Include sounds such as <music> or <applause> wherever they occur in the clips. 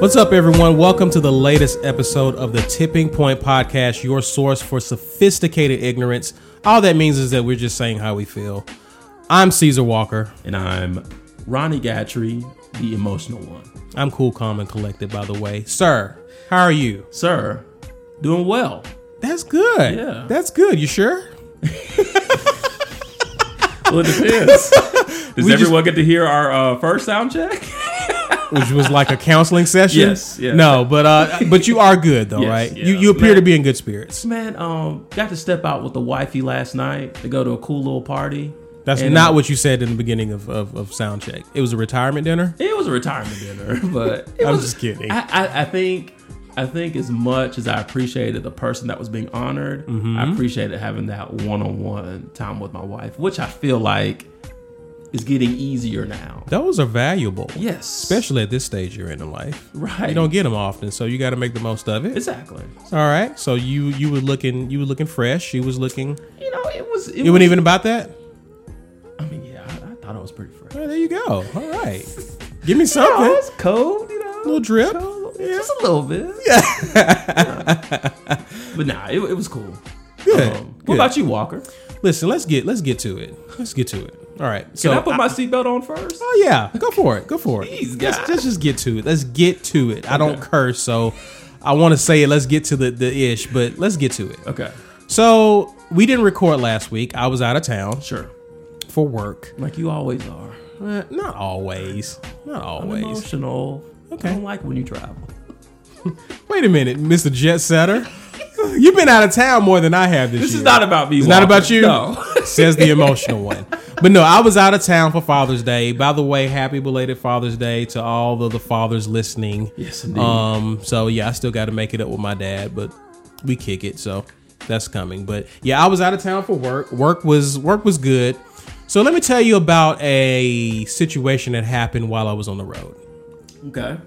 What's up, everyone? Welcome to the latest episode of the Tipping Point Podcast, your source for sophisticated ignorance. All that means is that we're just saying how we feel. I'm Caesar Walker. And I'm Ronnie Gatry, the emotional one. I'm cool, calm, and collected, by the way. Sir, how are you? Sir, doing well. That's good. Yeah. That's good. You sure? Well, <laughs> it depends. Does just- everyone get to hear our uh, first sound check? <laughs> Which was like a counseling session. Yes, yes. No, but uh, but you are good though, Yes, right? yeah. You you appear Man. to be in good spirits. Man, um, got to step out with the wifey last night to go to a cool little party. That's And, not uh, what you said in the beginning of of, of Soundcheck. It was a retirement dinner. It was a retirement dinner, <laughs> but it I'm was- just kidding. I, I, I think, I think as much as I appreciated the person that was being honored, Mm-hmm. I appreciated having that one-on-one time with my wife, which I feel like is getting easier now. Those are valuable. Yes, especially at this stage you're in in life. right. You don't get them often, so you got to make the most of it. exactly. All right. So you you were looking you were looking fresh. She was looking. You know, it was. It, It was, wasn't even about that. I mean, yeah, I, I thought it was pretty fresh. Well, there you go. All right. Give me You know, something. it's cold. You know, A little drip. Yeah. Just a little bit. Yeah. <laughs> But nah, it, it was cool. Good. Um, what Good. about you, Walker? Listen, let's get let's get to it. Let's get to it. All right. So Can I put my seatbelt on first? Oh yeah, go for it. Go for it. Jeez, let's, guys. let's just get to it. Let's get to it. I don't curse, so I want to say it. Let's get to the the ish, but let's get to it. Okay, So we didn't record last week. I was out of town sure. for work. Like you always are. Uh, not always. Not always. Emotional. Okay. I don't like when you travel. Wait a minute, Mr. Jet Setter. You've been out of town more than I have this, This year. is not about me. It's not Walker. about you. No. <laughs> Says the emotional one. But no, I was out of town for Father's Day. By the way, happy belated Father's Day to all of the fathers listening. <laughs> Yes, indeed. Um, so yeah, I still got to make it up with my dad, but we kick it, so that's coming. But yeah, I was out of town for work. Work was work was good. So let me tell you about a situation that happened while I was on the road. okay.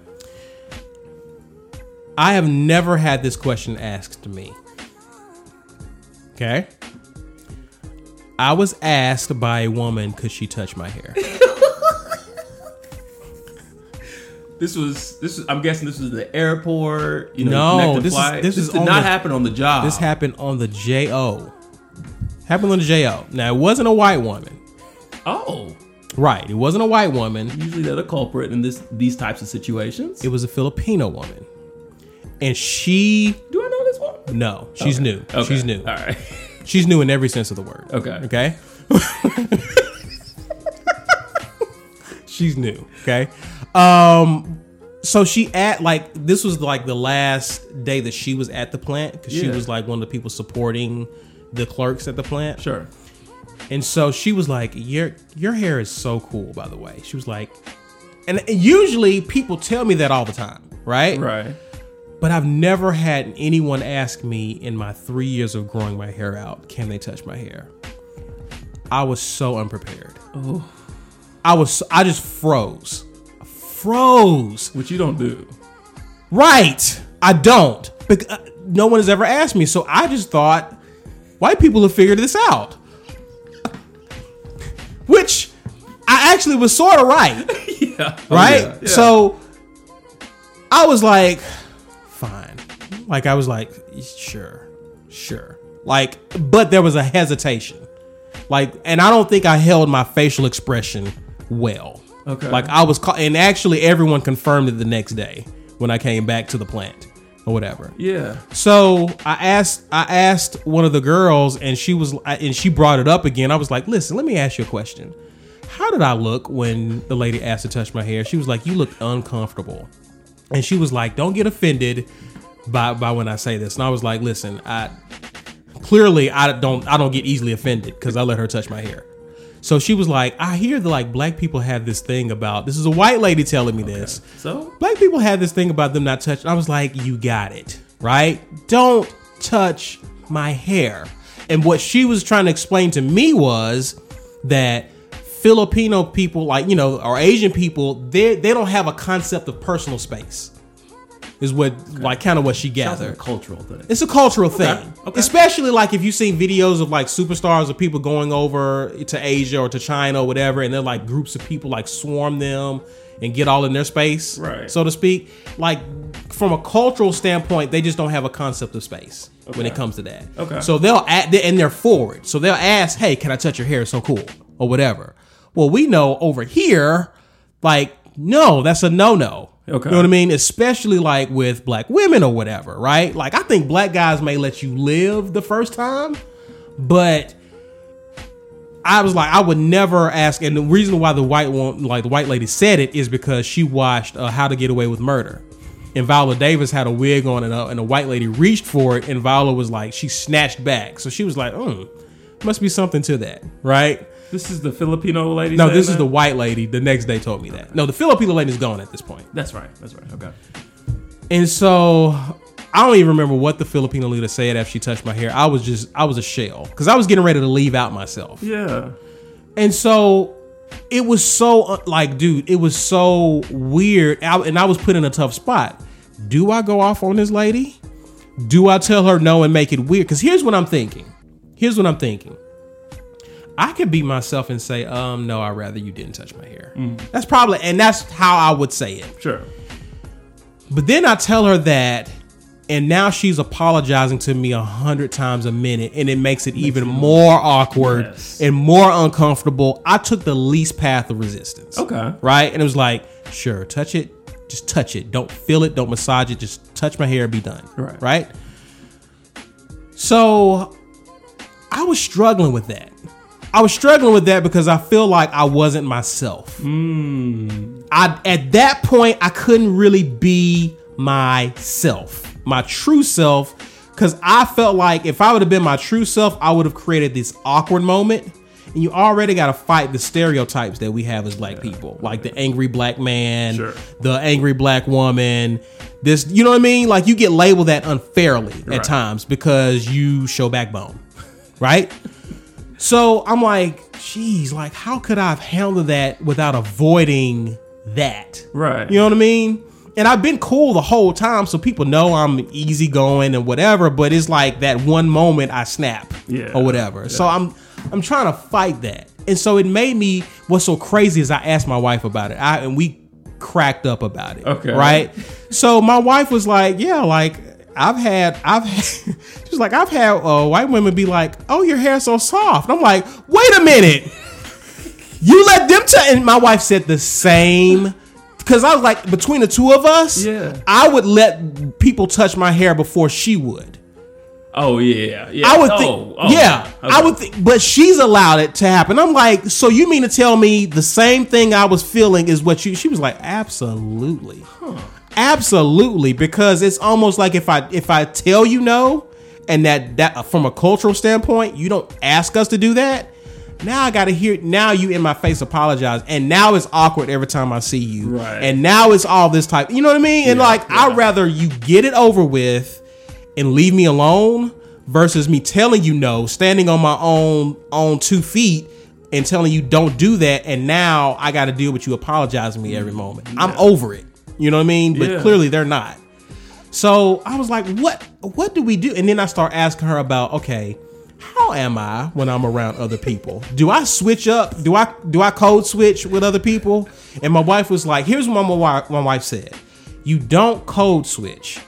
I have never had this question asked to me. Okay. I was asked by a woman, could she touch my hair? This was this. Was, I'm guessing this was the airport. You No, know, you connect the this is- flight. this this is did on not the- happen on the job. This happened on the JO. Happened on the JO. Now, it wasn't a white woman. oh, Right. It wasn't a white woman. usually they're the culprit in this these types of situations. It was a Filipino woman. And she, Do I know this one? no, she's new. Okay. She's new. <laughs> All right. She's new in every sense of the word. Okay. Okay. <laughs> She's new. Okay. Um. So she at like this was like the last day that she was at the plant because she Yeah. was like one of the people supporting the clerks at the plant. Sure. And so she was like, "Your your hair is so cool, by the way." She was like, and usually people tell me that all the time, right? Right. But I've never had anyone ask me in my three years of growing my hair out, can they touch my hair? I was so unprepared. Oh. I was, I just froze. Froze. Which you don't do. Right. I don't. Because no one has ever asked me. So I just thought white people have figured this out. Which I actually was sort of right Yeah. right? Oh, Yeah. So I was like, fine. Like I was like, sure, sure. Like, but there was a hesitation. Like, and I don't think I held my facial expression well. Okay. Like I was, ca- and actually everyone confirmed it the next day when I came back to the plant or whatever. Yeah. So I asked I asked one of the girls, and she was I- and she brought it up again. I was like, "Listen, let me ask you a question. How did I look when the lady asked to touch my hair?" She was like, "You looked uncomfortable," and she was like, "Don't get offended by by when I say this." And I was like, "Listen, I clearly I don't I don't get easily offended because I let her touch my hair." So she was like, "I hear that like black people have this thing about this is a white lady telling me this." So black people had this thing about them not touching. I was like, you got it, right? Don't touch my hair. And what she was trying to explain to me was that Filipino people, like, you know, or Asian people, they they don't have a concept of personal space. is what like kind of what she That's a gathered. cultural thing. It's a cultural thing, okay. especially like if you've seen videos of like superstars or people going over to Asia or to China or whatever, and they're like groups of people like swarm them and get all in their space, Right. so to speak. Like from a cultural standpoint, they just don't have a concept of space when it Okay. comes to that. Okay. so they'll add and they're forward, so they'll ask, "Hey, can I touch your hair? It's so cool," or whatever. Well, we know over here, like no, that's a no no. Okay. You know what I mean? Especially like with black women or whatever, right? Like I think black guys may let you live the first time, but I was like, I would never ask. And the reason why the white one, like the white lady said it, is because she watched uh, How to Get Away with Murder. And Viola Davis had a wig on, and a, and a white lady reached for it, and Viola was like, she snatched back. So she was like, hmm, must be something to that, right? This is the Filipino lady. No, saying this is that? the white lady. The next day told me that. No, the Filipino lady's gone at this point. That's right. That's right. Okay. And so I don't even remember what the Filipino leader said after she touched my hair. I was just I was a shell because I was getting ready to leave out myself. Yeah. And so it was so uh, like, dude, it was so weird. I- and I was put in a tough spot. Do I go off on this lady? Do I tell her no and make it weird? Because here's what I'm thinking. Here's what I'm thinking. I could be myself and say, um, no, I'd rather you didn't touch my hair. That's probably, and that's how I would say it. Sure. But then I tell her that, and now she's apologizing to me a hundred times a minute, and it makes it even more awkward Yes. and more uncomfortable. I took the least path of resistance. Okay. Right? And it was like, sure, touch it, just touch it. Don't feel it, don't massage it, just touch my hair, be done. Right. Right? So I was struggling with that. I was struggling with that because I feel like I wasn't myself. I at that point I couldn't really be myself, my true self, because I felt like if I would have been my true self, I would have created this awkward moment. And you already got to fight the stereotypes that we have as black people, like the angry black man, Sure. the angry black woman. This, you know what I mean? Like you get labeled that unfairly Right. at times because you show backbone, <laughs> right? So I'm like, geez, like how could I have handled that without avoiding that? Right. You know what I mean? And I've been cool the whole time, so people know I'm easygoing and whatever. But it's like that one moment I snap, Yeah. or whatever. So I'm I'm trying to fight that, and so it made me. What's so crazy is I asked my wife about it, I, and we cracked up about it. Okay. right? So my wife was like, "Yeah, like I've had, I've had, <laughs> she's like, I've had uh, white women be like, oh, your hair's so soft.' And I'm like, wait a minute." You let them tell. And my wife said the same. Because I was like, between the two of us, Yeah. I would let people touch my hair before she would. Oh yeah. Yeah. I would oh, think, oh, yeah, okay. I would think, but she's allowed it to happen. I'm like, so you mean to tell me the same thing I was feeling is what you? She was like, absolutely, absolutely, because it's almost like if I if I tell you no, and that that from a cultural standpoint, you don't ask us to do that. Now I gotta hear. Now you in my face apologize, and now it's awkward every time I see you. Right. And now it's all this type. You know what I mean? And Yeah, like, yeah. I'd rather you get it over with and leave me alone versus me telling you no, standing on my own on two feet and telling you don't do that, and now I got to deal with you apologizing me every moment. I'm over it. You know what I mean? But Yeah. clearly they're not. So I was like, what what do we do? And then I start asking her about, okay, how am I when I'm around other people? Do I switch up? Do I do I code switch with other people? And my wife was like, here's what my wife, my wife said. You don't code switch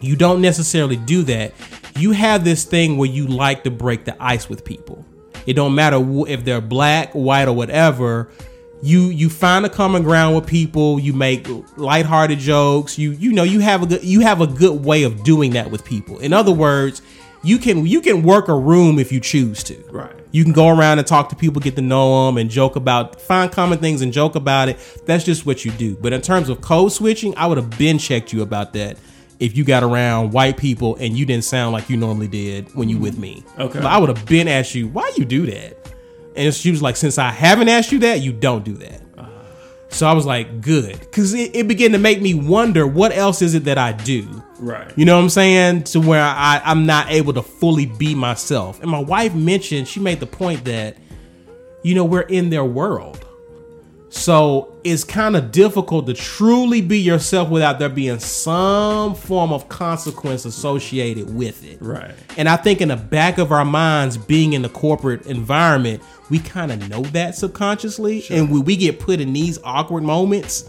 you don't necessarily do that. You have this thing where you like to break the ice with people. It don't matter wh- if they're black, white, or whatever. You you find a common ground with people. You make lighthearted jokes. You you know you have a good you have a good way of doing that with people. In other words, you can you can work a room if you choose to. Right. You can go around and talk to people, get to know them, and joke about find common things and joke about it. That's just what you do. But in terms of code switching, I would have been checked you about that if you got around white people and you didn't sound like you normally did when you with me. Okay. But I would have been asked you why you do that, and she was like, since I haven't asked you that, you don't do that. So I was like, good, because it, it began to make me wonder what else is it that I do. Right. You know what I'm saying? To where I, I'm not able to fully be myself. And my wife mentioned, she made the point that, you know, we're in their world. So it's kind of difficult to truly be yourself without there being some form of consequence associated with it. Right. And I think in the back of our minds, being in the corporate environment, we kind of know that subconsciously. And when we get put in these awkward moments,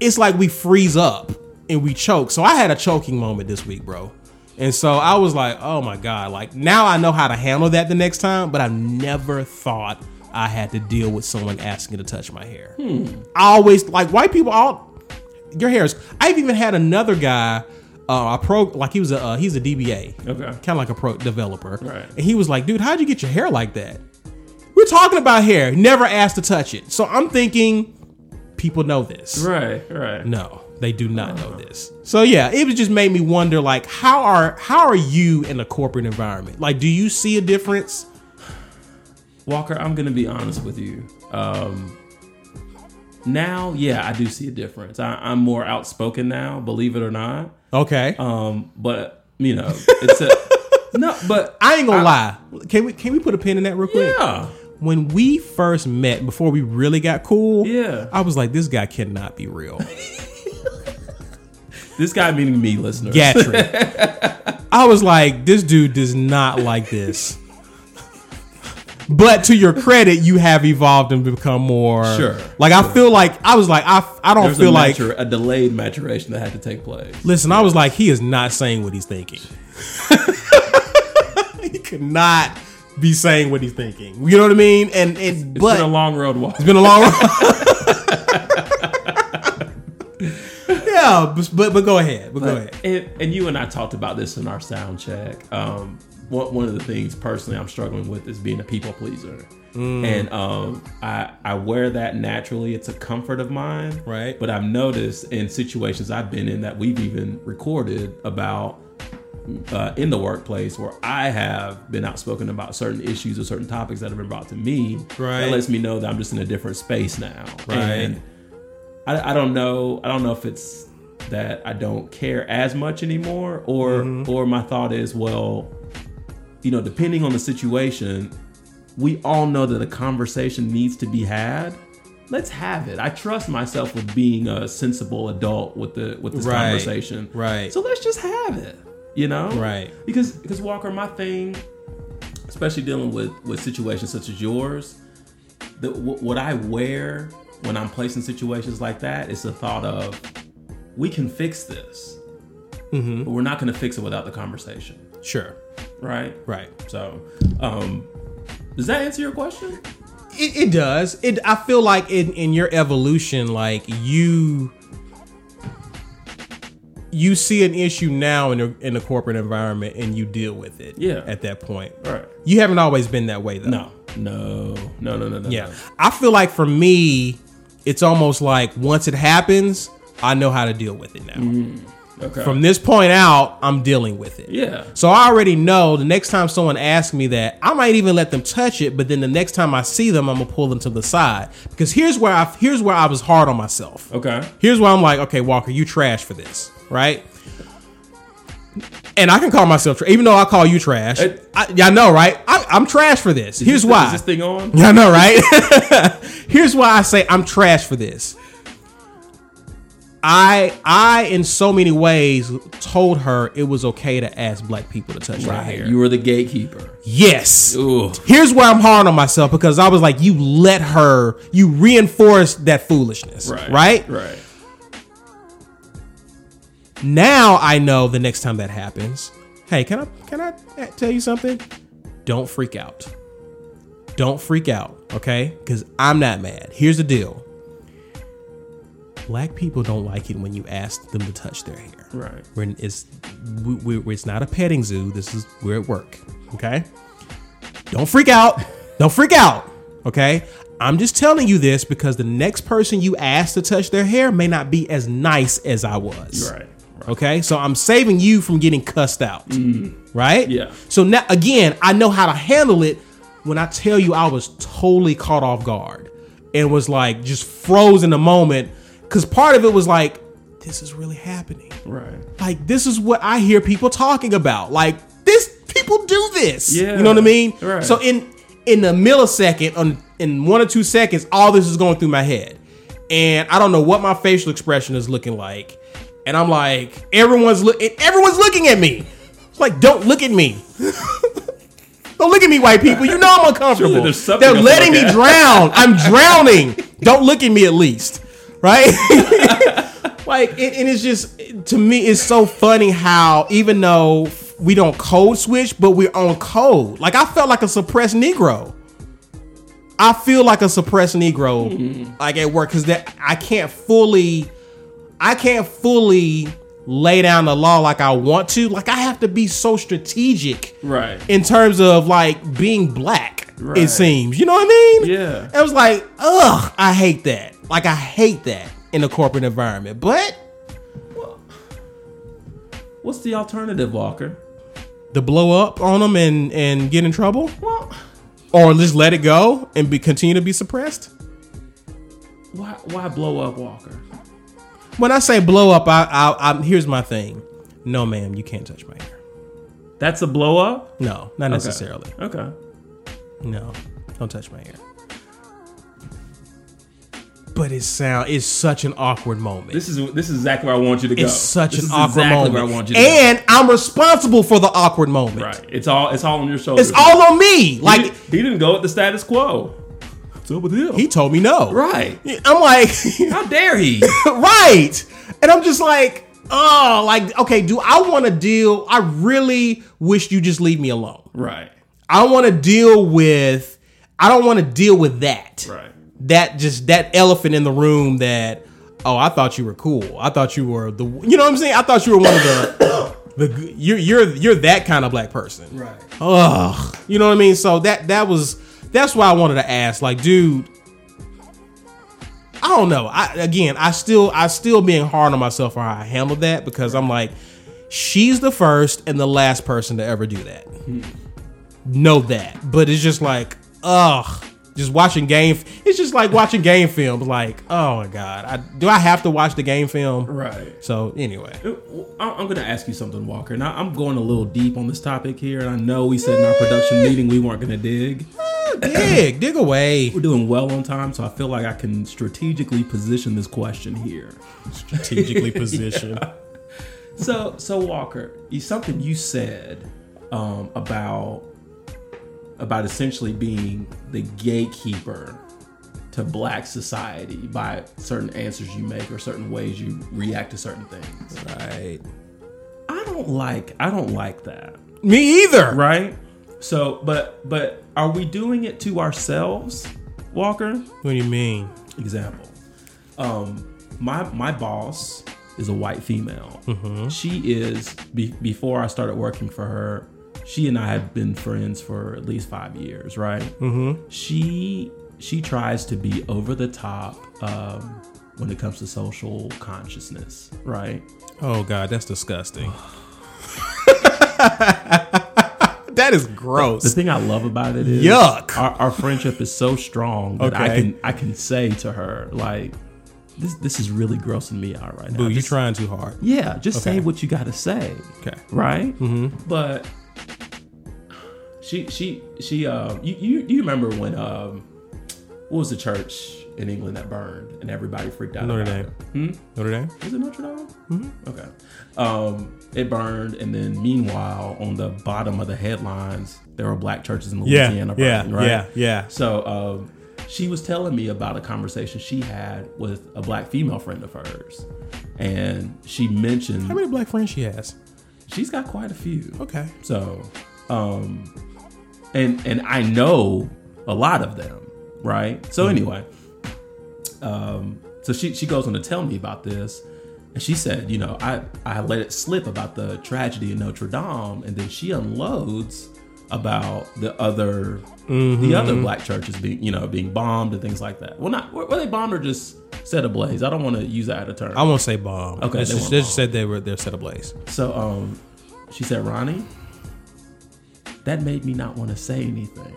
it's like we freeze up and we choke. So I had a choking moment this week, bro. And so I was like, oh my God. Like now I know how to handle that the next time, but I never thought I had to deal with someone asking to touch my hair. I always like white people all your hair is I've even had another guy uh, a pro like he was a uh, he's a DBA. Okay. Kind of like a pro developer. Right. And he was like, dude, how'd you get your hair like that? We're talking about hair. Never asked to touch it. So I'm thinking people know this. Right. Right. No, they do not know Uh-huh. this. So yeah, it was just made me wonder like how are how are you in a corporate environment? Like do you see a difference? Walker, I'm gonna be honest with you. Um, now, yeah, I do see a difference. I, I'm more outspoken now, believe it or not. Okay. Um, but you know, it's <laughs> a no. But I ain't gonna lie. Can we can we put a pin in that real quick? yeah, When we first met before we really got cool, Yeah. I was like, this guy cannot be real. this guy meaning me, listeners. Gatry. <laughs> I was like, this dude does not like this. But to your credit, you have evolved and become more. Sure. Like I feel like I was like I I don't There's a, feel like matur- a delayed maturation that had to take place. Listen, I was like, he is not saying what he's thinking. <laughs> he could not be saying what he's thinking. You know what I mean? And and It's but been a long road walk. it's been a long run. <laughs> yeah, but, but but go ahead. But go ahead. And, and you and I talked about this in our sound check. Um, one, one of the things personally I'm struggling with is being a people pleaser. Mm. And um, I, I wear that naturally. It's a comfort of mine. Right. But I've noticed in situations I've been in that we've even recorded about uh, in the workplace where I have been outspoken about certain issues or certain topics that have been brought to me. Right. That lets me know that I'm just in a different space now. Right. And I, I don't know. I don't know if it's that I don't care as much anymore, or Mm-hmm. or my thought is, well, you know, depending on the situation, we all know that a conversation needs to be had. Let's have it. I trust myself with being a sensible adult with the with this Right. conversation. Right. So let's just have it. You know. Right. Because because Walker, my thing, especially dealing with with situations such as yours, the, wh- what I wear when I'm placed in situations like that is the thought of, we can fix this, Mm-hmm. but we're not going to fix it without the conversation, Sure. right? Right. So, um, does that answer your question? It, it does. It. I feel like in in your evolution, like you. You see an issue now in the in the corporate environment, and you deal with it. Yeah. At that point, All right. You haven't always been that way though. No, no, no, no, no, no. Yeah. I feel like for me, it's almost like once it happens, I know how to deal with it now. no. Okay. From this point out, I'm dealing with it. yeah. So I already know the next time someone asks me that, I might even let them touch it, but then the next time I see them, I'm gonna pull them to the side. Because here's where I here's where I was hard on myself. Okay. Here's why I'm like, okay, Walker, you trash for this, right? And I can call myself, tra- even though I call you trash. It- I, y'all know, right? I, I'm trash for this. Here's Is Uh, this- why. Is this thing on? I know, right? <laughs> Here's why I say I'm trash for this. I I in so many ways told her it was okay to ask black people to touch my hair. Right. You were the gatekeeper. yes. Ooh. Here's where I'm hard on myself because I was like, you let her, you reinforced that foolishness. Right. Right? Right. Now I know the next time that happens. Hey, can I can I tell you something? Don't freak out. Don't freak out, okay? Because I'm not mad. Here's the deal. Black people don't like it when you ask them to touch their hair. Right. We're, it's we, we, it's not a petting zoo. This is we're at work. Okay. Don't freak out. Don't freak out. Okay. I'm just telling you this because the next person you ask to touch their hair may not be as nice as I was. Right. Right. Okay. So I'm saving you from getting cussed out. Right. Yeah. So now again, I know how to handle it when I tell you I was totally caught off guard and was like just froze in the moment because part of it was like, this is really happening Right. like this is what I hear people talking about. Like this people do this. Yeah. You know what I mean? Right. So in in a millisecond on in one or two seconds, all this is going through my head. And I don't know what my facial expression is looking like. And I'm like, everyone's look everyone's looking at me. It's like, don't look at me. don't look at me, white people. You know I'm uncomfortable. Surely there's something They're to letting me look at. drown. I'm drowning. don't look at me at least. Right? <laughs> like and, and it's just to me it's so funny how even though we don't code switch but we're on code like i felt like a suppressed negro i feel like a suppressed negro Mm-hmm. like at work because that i can't fully i can't fully lay down the law like i want to like i have to be so strategic Right. in terms of like being black it Right. seems you know what i mean Yeah. it was like, ugh, I hate that. Like I hate that in the corporate environment. But What's the alternative, Walker? to blow up on them and and get in trouble, Well, or just let it go and be continue to be suppressed. why why blow up Walker? When I say blow up, I, I, I here's my thing. No, ma'am, you can't touch my hair. That's a blow up? No, not necessarily. Okay. No, don't touch my hair. But it sound it's such an awkward moment. This is this is exactly where I want you to go. it's such This an is awkward exactly moment, Where I want you to go. and I'm responsible for the awkward moment. Right. It's all it's all on your shoulders. It's all on me. He Like didn't- he, didn't go with the status quo. What's up with him? He told me no. right. I'm like, <laughs> How dare he? right. And I'm just like, oh, like, okay, do I want to deal? I really wish you just leave me alone. right. I want to deal with, I don't want to deal with that. Right. That just, that elephant in the room that, oh, I thought you were cool. I thought you were the, you know what I'm saying? I thought you were one of the, <coughs> the, g- you're, you're, you're that kind of black person. Right. Ugh. You know what I mean? So that that was that's why I wanted to ask. Like, dude, I don't know. I again, I still I still being hard on myself for how I handled that because I'm like, she's the first and the last person to ever do that. Know that. But it's just like, ugh. Just watching game. It's just like watching game films. Like, oh my god, I, do I have to watch the game film? Right. So anyway, I- I'm going to ask you something, Walker. Now I'm going a little deep on this topic here, and I know we said in our production meeting we weren't going to dig. dig dig away. We're doing well on time, so I feel like I can strategically position this question here. <laughs> Strategically positioned. So, so Walker, you- something you said um, about about essentially being the gatekeeper to Black society by certain answers you make or certain ways you react to certain things. Right. I don't like. I don't like that. Me either. Right. So, but but are we doing it to ourselves, Walker? What do you mean? example um my my boss is a white female Mm-hmm. she is be, before i started working for her she and i had been friends for at least five years right mm-hmm. she she tries to be over the top um, when it comes to social consciousness right Oh God, that's disgusting. <laughs> that is the gross. thing i love about it is Yuck. our, our friendship is so strong that i Okay. can i can say to her like this this is really grossing me out right now Boo, you're This- trying too hard. Yeah, just Okay. say what you gotta say. Okay. Right? Mm-hmm. But she she she um you, you you remember when um what was the church in England that burned and everybody freaked out? Notre about Dame. it? Hmm? Notre Dame. Was it Notre Dame? Mm-hmm. Okay. Um it burned and then meanwhile on the bottom of the headlines there were black churches in Yeah, Louisiana yeah, burning, right? yeah, yeah. So um, she was telling me about a conversation she had with a black female friend of hers. And she mentioned How many black friends she has? she's got quite a few. Okay. So, um, and and I know a lot of them, right? So anyway, um, so she she goes on to tell me about this, and she said, you know, I I let it slip about the tragedy in Notre Dame, and then she unloads about the other the other black churches being you know being bombed and things like that. Well, not were were they bombed or just set ablaze? I don't want to use that out of turn. I won't say bomb. Okay, Let's just, they weren't they just bomb. said they were they're set ablaze. So um, she said, Ronnie, that made me not want to say anything.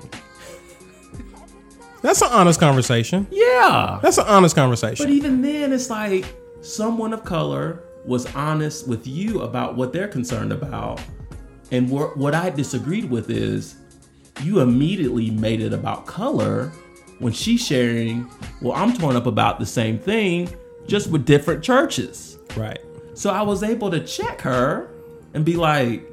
That's an honest conversation. Yeah. That's an honest But conversation. even then, it's like someone of color was honest with you about what they're concerned about. And what what I disagreed with is you immediately made it about color when she's sharing, well, I'm torn up about the same thing, just with different churches. Right. So I was able to check her and be like,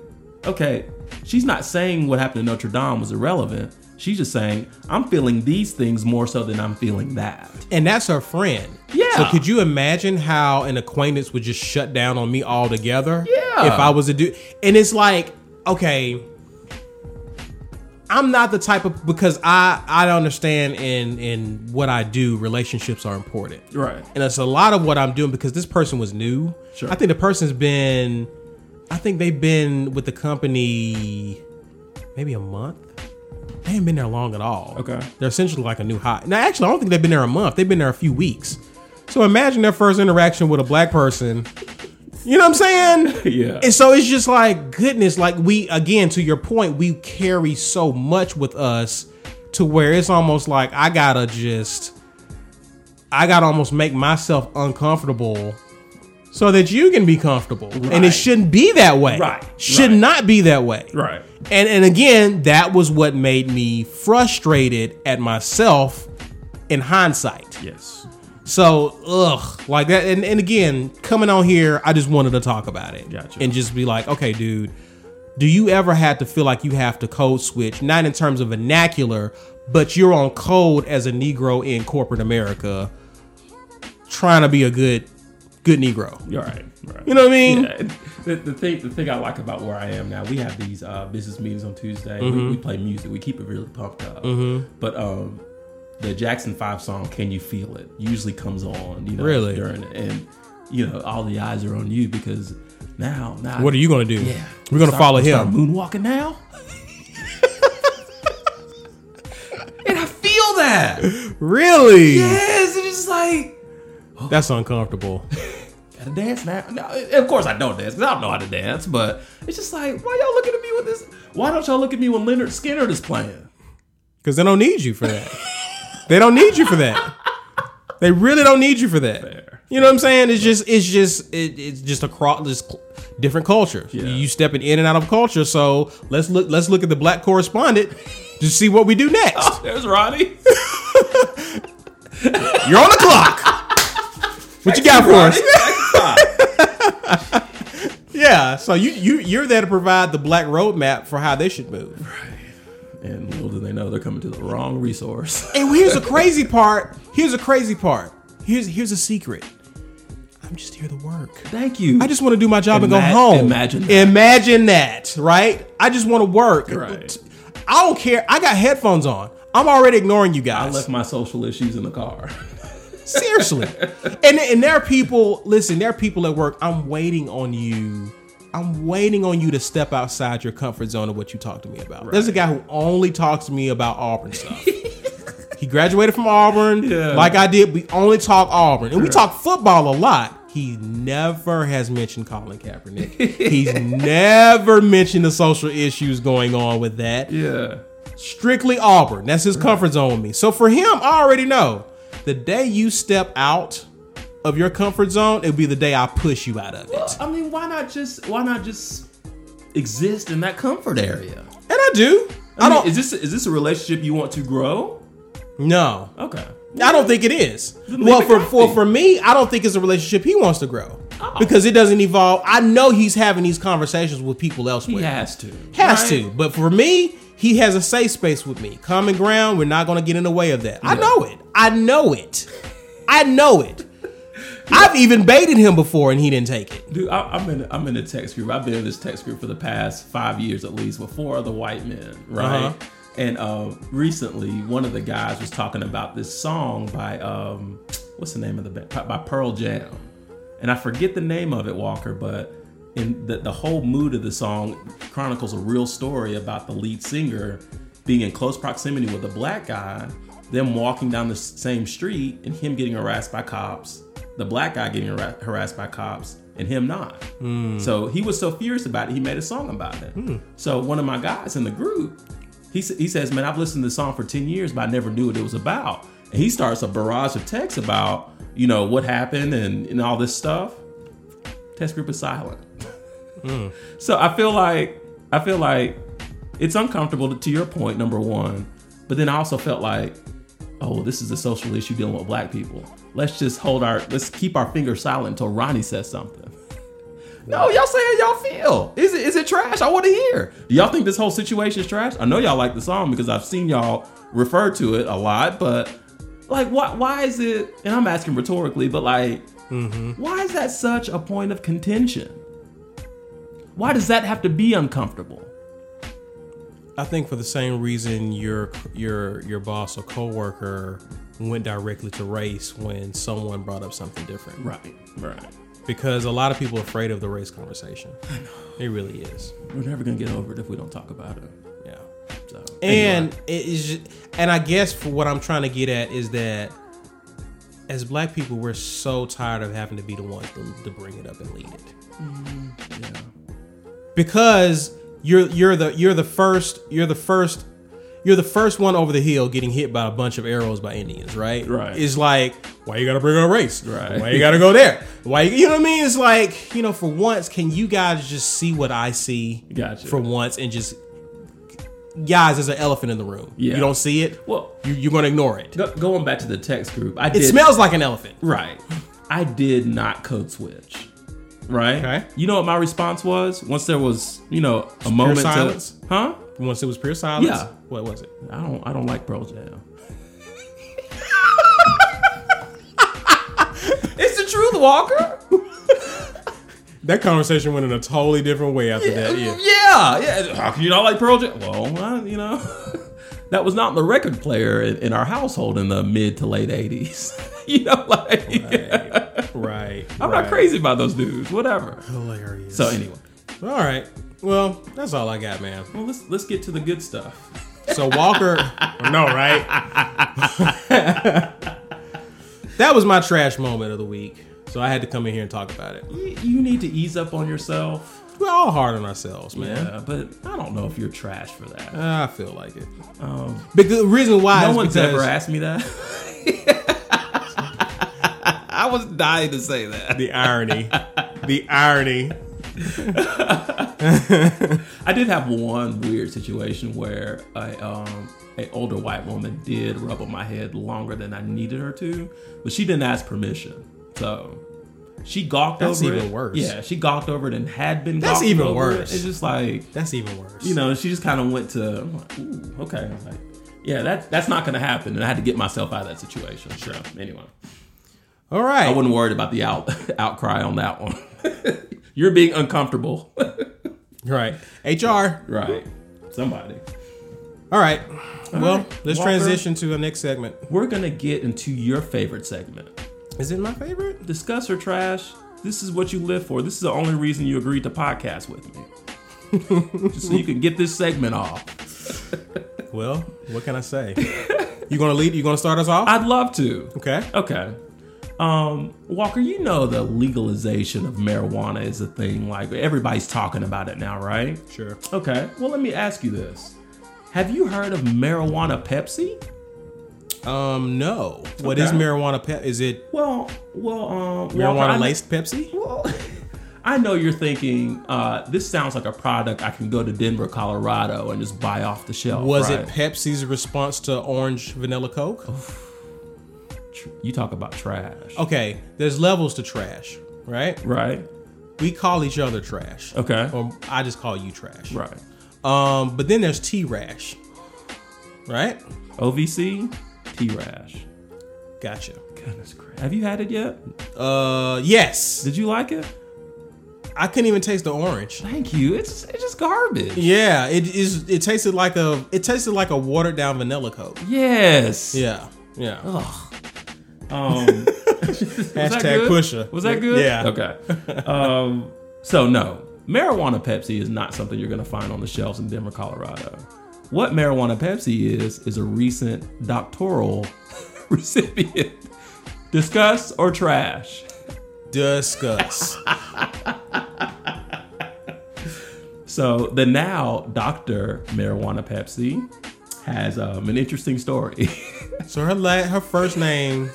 okay, she's not saying what happened to Notre Dame was irrelevant. She's just saying, I'm feeling these things more so than I'm feeling that. And that's her friend. Yeah. So could you imagine how an acquaintance would just shut down on me altogether? Yeah. If I was a dude. And it's like, okay, I'm not the type of because I I understand in in what I do, relationships are important. Right. And it's a lot of what I'm doing because this person was new. Sure. I think the person's been I think they've been with the company maybe a month. They haven't been there long at all. Okay. They're essentially like a new high. Now, actually, I don't think they've been there a month. They've been there a few weeks. So imagine their first interaction with a black person. You know what I'm saying? <laughs> Yeah. And so it's just like goodness, like we again to your point, we carry so much with us to where it's almost like I gotta just I gotta almost make myself uncomfortable so that you can be comfortable. And it Right. shouldn't be that way. Right. Should Right. not be that way. Right. And and again, that was what made me frustrated at myself in hindsight. Yes. So, ugh, like that. And, and again, coming on here, I just wanted to talk about it. Gotcha. And just be like, okay, dude, do you ever have to feel like you have to code switch? Not in terms of vernacular, but you're on code as a Negro in corporate America, trying to be a good, good Negro. You're right. right. You know what I <laughs> mean? Yeah. <laughs> The, the thing, the thing I like about where I am now, we have these uh, business meetings on Tuesday. Mm-hmm. We, we play music. We keep it really pumped up. But um, the Jackson Five song, "Can You Feel It," usually comes on. You know, Really? during it, and you know, all the eyes are on you because now, now, What are you gonna do? Yeah, We're gonna Start- follow him. start moonwalking now. <laughs> and I feel <laughs> that. Really? Yes, it's just like. That's uncomfortable. gotta dance now. No, of course I don't dance 'cause I don't know how to dance, but it's just like, why y'all looking at me with this? Why don't y'all look at me when Leonard Skinner is playing? Because they don't need you for that. they don't need you for that. They really don't need you for that. Fair. You know what I'm saying? It's just it's just it, it's just across just cl- different cultures. Yeah. You stepping in and out of culture. So let's look let's look at the black correspondent to see what we do <laughs> next. There's <laughs> Ronnie. You're on the clock. What you got for us? <laughs> Yeah. So you you you're there to provide the black roadmap for how they should move. and little do they know they're coming to the wrong resource. <laughs> And here's the crazy part. Here's the crazy part. Here's here's a secret. I'm just here to work. Thank you. I just want to do my job and Ima- go home. imagine that. Imagine that, right? I just want to work. Right. I don't care. I got headphones on. I'm already ignoring you I guys. left my social issues in <laughs> the car. Seriously. and and there are people, listen, there are people at work. I'm waiting on you. I'm waiting on you to step outside your comfort zone of what you talk to me about. There's a guy who only talks to me about Auburn stuff. he graduated from Auburn, Yeah. like I did. We only talk Auburn, and we talk football a lot. He never has mentioned Colin Kaepernick. He's never mentioned the social issues going on with that Yeah. strictly Auburn. That's his comfort zone with me. So for him, I already know the day you step out of your comfort zone, it'll be the day I push you out of it. Well, I mean, why not just why not just exist in that comfort area? And I do. I, mean, don't. Is this is this a relationship you want to grow? no, Okay. I don't think it is. leave Well, it for, healthy. for for me, I don't think it's a relationship he wants to grow Uh-uh. because it doesn't evolve. I know he's having these conversations with people elsewhere. He has to. Has right? to. But for me, he has a safe space with me. Common ground. We're not going to get in the way of that. I Yeah. know it. I know it. I know it. I've even baited him before and he didn't take it. Dude, I, I'm in I'm in a text group. I've been in this text group for the past five years at least with four other white men, right? Uh-huh. And uh, recently, one of the guys was talking about this song by um, what's the name of the band? By Pearl Jam, and I forget the name of it, Walker. But in the, the whole mood of the song chronicles a real story about the lead singer being in close proximity with a black guy, them walking down the s- same street, and him getting harassed by cops, the black guy getting hara- harassed by cops, and him not. So he was so furious about it, he made a song about it. So one of my guys in the group he, s- he says, man, I've listened to this song for 10 years, but I never knew what it was about. And he starts a barrage of texts about, you know, what happened and, and all this stuff. Test group is silent. <laughs> so I feel like, I feel like it's uncomfortable to, to your point, number one. But then I also felt like oh, this is a social issue dealing with black people. Let's just hold our, let's keep our fingers silent until Ronnie says something. No, y'all say how y'all feel. Is it is it trash? I want to hear. Do y'all think this whole situation is trash? I know y'all like the song because I've seen y'all refer to it a lot, but like, why why is it? And I'm asking rhetorically, but like, Mm-hmm. why is that such a point of contention? Why does that have to be uncomfortable? I think for the same reason your your your boss or coworker went directly to race when someone brought up something different. Right, right. Because a lot of people are afraid of the race conversation. I know. It really is. We're never gonna get over it if we don't talk about it. Yeah. So, And anyway. it is and I guess for what I'm trying to get at is that as black people we're so tired of having to be the ones to, to bring it up and lead it. yeah. because you're you're the you're the first you're the first you're the first one over the hill getting hit by a bunch of arrows by Indians, right? Right. It's like why you gotta bring up race? Right. Why you gotta go there? Why you, you know what I mean? It's like you know, for once, can you guys just see what I see? Gotcha. For once, and just guys, there's an elephant in the room. Yeah. You don't see it. Well, You, you're gonna ignore it. go, going back to the text group, I It did smells like an elephant. Right. I did not code switch. Right? Okay. You know what my response was? Once there was, you know, a moment to- silence? huh? Once it was pure silence. Yeah. What was it? I don't I don't like Pearl Jam. <laughs> it's the truth, Walker. That conversation went in a totally different way after that. Yeah. yeah, yeah. How can you not like Pearl Jam? Well, I, you know, <laughs> that was not the record player in, in our household in the mid to late '80s. <laughs> you know, like <laughs> Right. <laughs> I'm right. not crazy about those dudes. Whatever. Hilarious. So anyway, All right. Well, that's all I got, man. well, let's let's get to the good stuff. So <laughs> Walker, no, right? <laughs> that was my trash moment of the week. So I had to come in here and talk about it. Y- you need to ease up on yourself. We're all hard on ourselves, man. Yeah, but I don't know if you're trash for that. I feel like it. Um, Because the reason why no is one's because ever asked me that. I was dying to say that. the irony, the irony. I did have one weird situation where a um, a older white woman did rub on my head longer than I needed her to, but she didn't ask permission, so she gawked That's over it. even worse. Yeah, she gawked over it and had been. That's gawked even over it. worse. It's just <laughs> like That's even worse. you know, she just kind of went to, I'm like, ooh, okay. I was like, yeah, that, that's not going to happen. And I had to get myself out of that situation. So, anyway, All I right. wasn't worried about the out, <laughs> outcry on that one. <laughs> You're being uncomfortable. <laughs> right. HR. right. Somebody. All right. Well, let's Walker. transition to the next segment. We're going to get into your favorite segment. Is it my favorite? Discuss or trash. This is what you live for. This is the only reason you agreed to podcast with me. <laughs> just so you can get this segment off. Well, what can I <laughs> say? you gonna lead? You gonna start us off? I'd love to. okay. Okay. Um, Walker, you know the legalization of marijuana is a thing. Like everybody's talking about it now, right? Sure. Okay. Well, let me ask you this: Have you heard of marijuana Pepsi? Um, no. What is Okay. marijuana? Pe- is it Well, well, um, Walker, I marijuana kn- laced Pepsi? Well, <laughs> I know you're thinking uh, this sounds like a product I can go to Denver, Colorado, and just buy off the shelf. Was right? it Pepsi's response to orange vanilla Coke? Tr- you talk about trash, Okay, there's levels to trash, right? right? We call each other trash. Okay. Or I just call you trash. Right. Um, but then there's T rash, right? OVC, T rash. Gotcha. Goodness gracious. Have you had it yet? Uh, yes. Did you like it? I couldn't even taste the orange. Thank you. It's it's just garbage. Yeah, it is. It tasted like a. It tasted like a watered down vanilla Coke. Yes. Yeah. Yeah. Ugh. Um, Hashtag pusher. <laughs> Was that good? Yeah. Okay. Um, so no, marijuana Pepsi is not something you're gonna find on the shelves in Denver, Colorado. What marijuana Pepsi is is a recent doctoral <laughs> recipient. Discuss or trash. Discuss. <laughs> So the now doctor marijuana Pepsi has um, an interesting story. <laughs> So her la- her first name.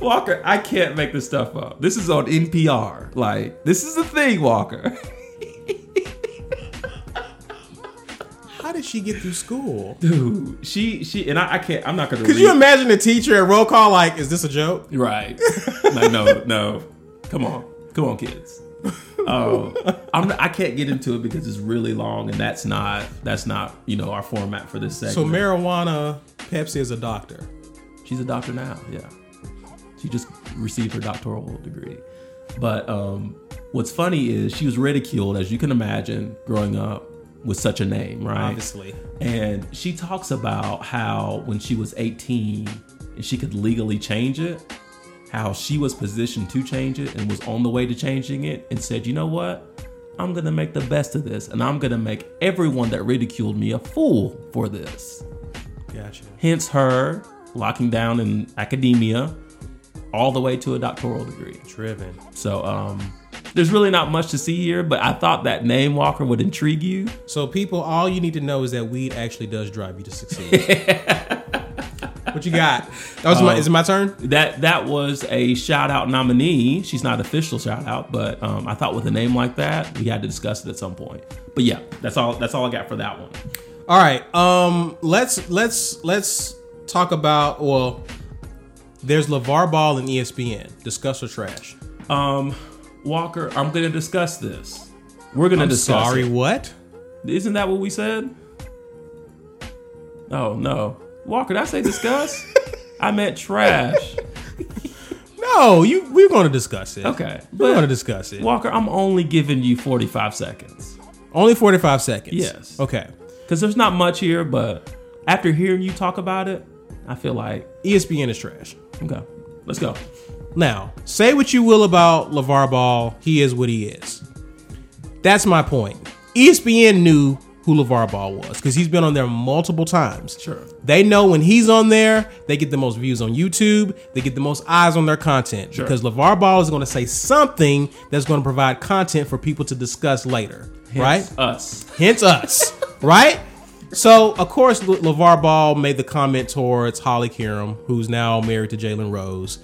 Walker, I can't make this stuff up. This is on NPR. Like, this is the thing, Walker. How did she get through school? <laughs> Dude, she she and I, I can't. I'm not gonna. Could read- you imagine the teacher at roll call like, is this a joke? Right. like, no, no. Come on. Come on, kids. Oh, I'm not, I can't get into it because it's really long, and that's not that's not you know our format for this segment. So marijuana, Pepsi is a doctor. She's a doctor now. Yeah, she just received her doctoral degree. But um, what's funny is she was ridiculed, as you can imagine, growing up with such a name, right? Obviously. And she talks about how when she was 18 and she could legally change it, how she was positioned to change it and was on the way to changing it and said, you know what? I'm gonna make the best of this and I'm gonna make everyone that ridiculed me a fool for this. Gotcha. Hence her locking down in academia all the way to a doctoral degree. Driven. So, um, there's really not much to see here, but I thought that name Walker would intrigue you. So people, all you need to know is that weed actually does drive you to <laughs> succeed. what you got? That was Um, my, is it my turn? that that was a shout out nominee. She's not official shout out, but um, I thought with a name like that, we had to discuss it at some point. But yeah, that's all. That's all I got for that one. All right. Um. Let's let's let's talk about. Well, there's Levar Ball and E ESPN. Discuss or trash. Um, Walker, I'm going to discuss this. We're going to I'm discuss. sorry. it. What? isn't that what we said? Oh no, Walker, did I <laughs> say discuss? I meant trash. No. You. We're going to discuss it. <laughs> Okay, We're going to but discuss it. Walker, I'm only giving you 45 seconds Only 45 seconds. Yes. Okay. because there's not much here. But after hearing you talk about it, I feel like ESPN is trash. Okay, let's go. Now, say what you will about LeVar Ball, he is what he is. That's my point. E ESPN knew who LeVar Ball was because he's been on there multiple times. Sure. They know when he's on there, they get the most views on YouTube, they get the most eyes on their content because LeVar Ball is going to say something that's going to provide content for people to discuss later, right? It's us. Hence us, right? So, of course, Le- LeVar Ball made the comment towards Holly Kiram, who's now married to Jalen Rose.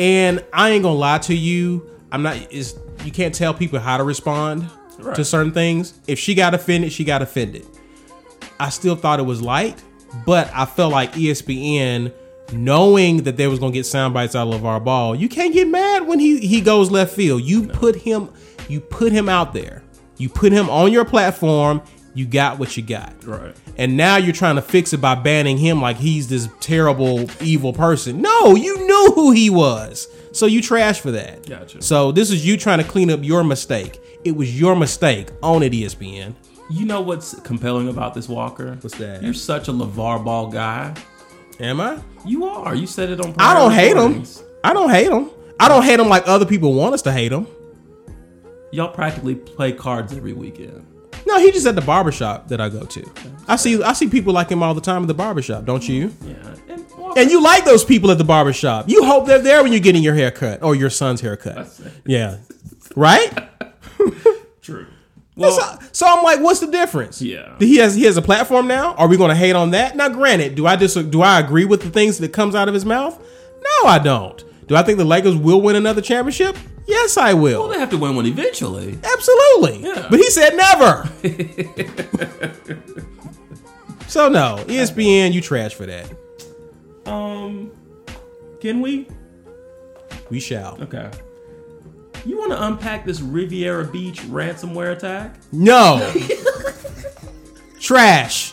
And I ain't gonna lie to you, I'm not. It's, you can't tell people how to respond Right. to certain things. If she got offended, she got offended. I still thought it was light, but I felt like E ESPN, knowing that they was gonna get sound bites out of LeVar Ball, you can't get mad when he he goes left field. You put him, you put him out there. You put him on your platform. You got what you got. Right. And now you're trying to fix it by banning him like he's this terrible, evil person. No, you knew who he was. So you trash for that. Gotcha. So this is you trying to clean up your mistake. It was your mistake. Own it, E ESPN. You know what's compelling about this Walker? What's that? You're such a LeVar Ball guy. Am I? You are. You said it on. I prior don't hate him. recordings. I don't hate him. I don't hate him like other people want us to hate him. Y'all practically play cards every weekend. No, he just at the barbershop that I go to. I see I see people like him all the time at the barbershop, don't you? Yeah. And Walker, And you like those people at the barbershop. You hope they're there when you're getting your hair cut or your son's haircut. Yeah. Right? so, true. Well, so I'm like, what's the difference? Yeah. he has he has a platform now. Are we going to hate on that? Now, granted, do I dis- do I agree with the things that comes out of his mouth? No, I don't. Do I think the Lakers will win another championship? Yes, I will. they have to win one eventually. Absolutely. Yeah. But he said <laughs> never. so no, E ESPN, you trash for that. Um, can we? We shall. Okay. You want to unpack this Riviera Beach ransomware attack? <laughs> No. trash.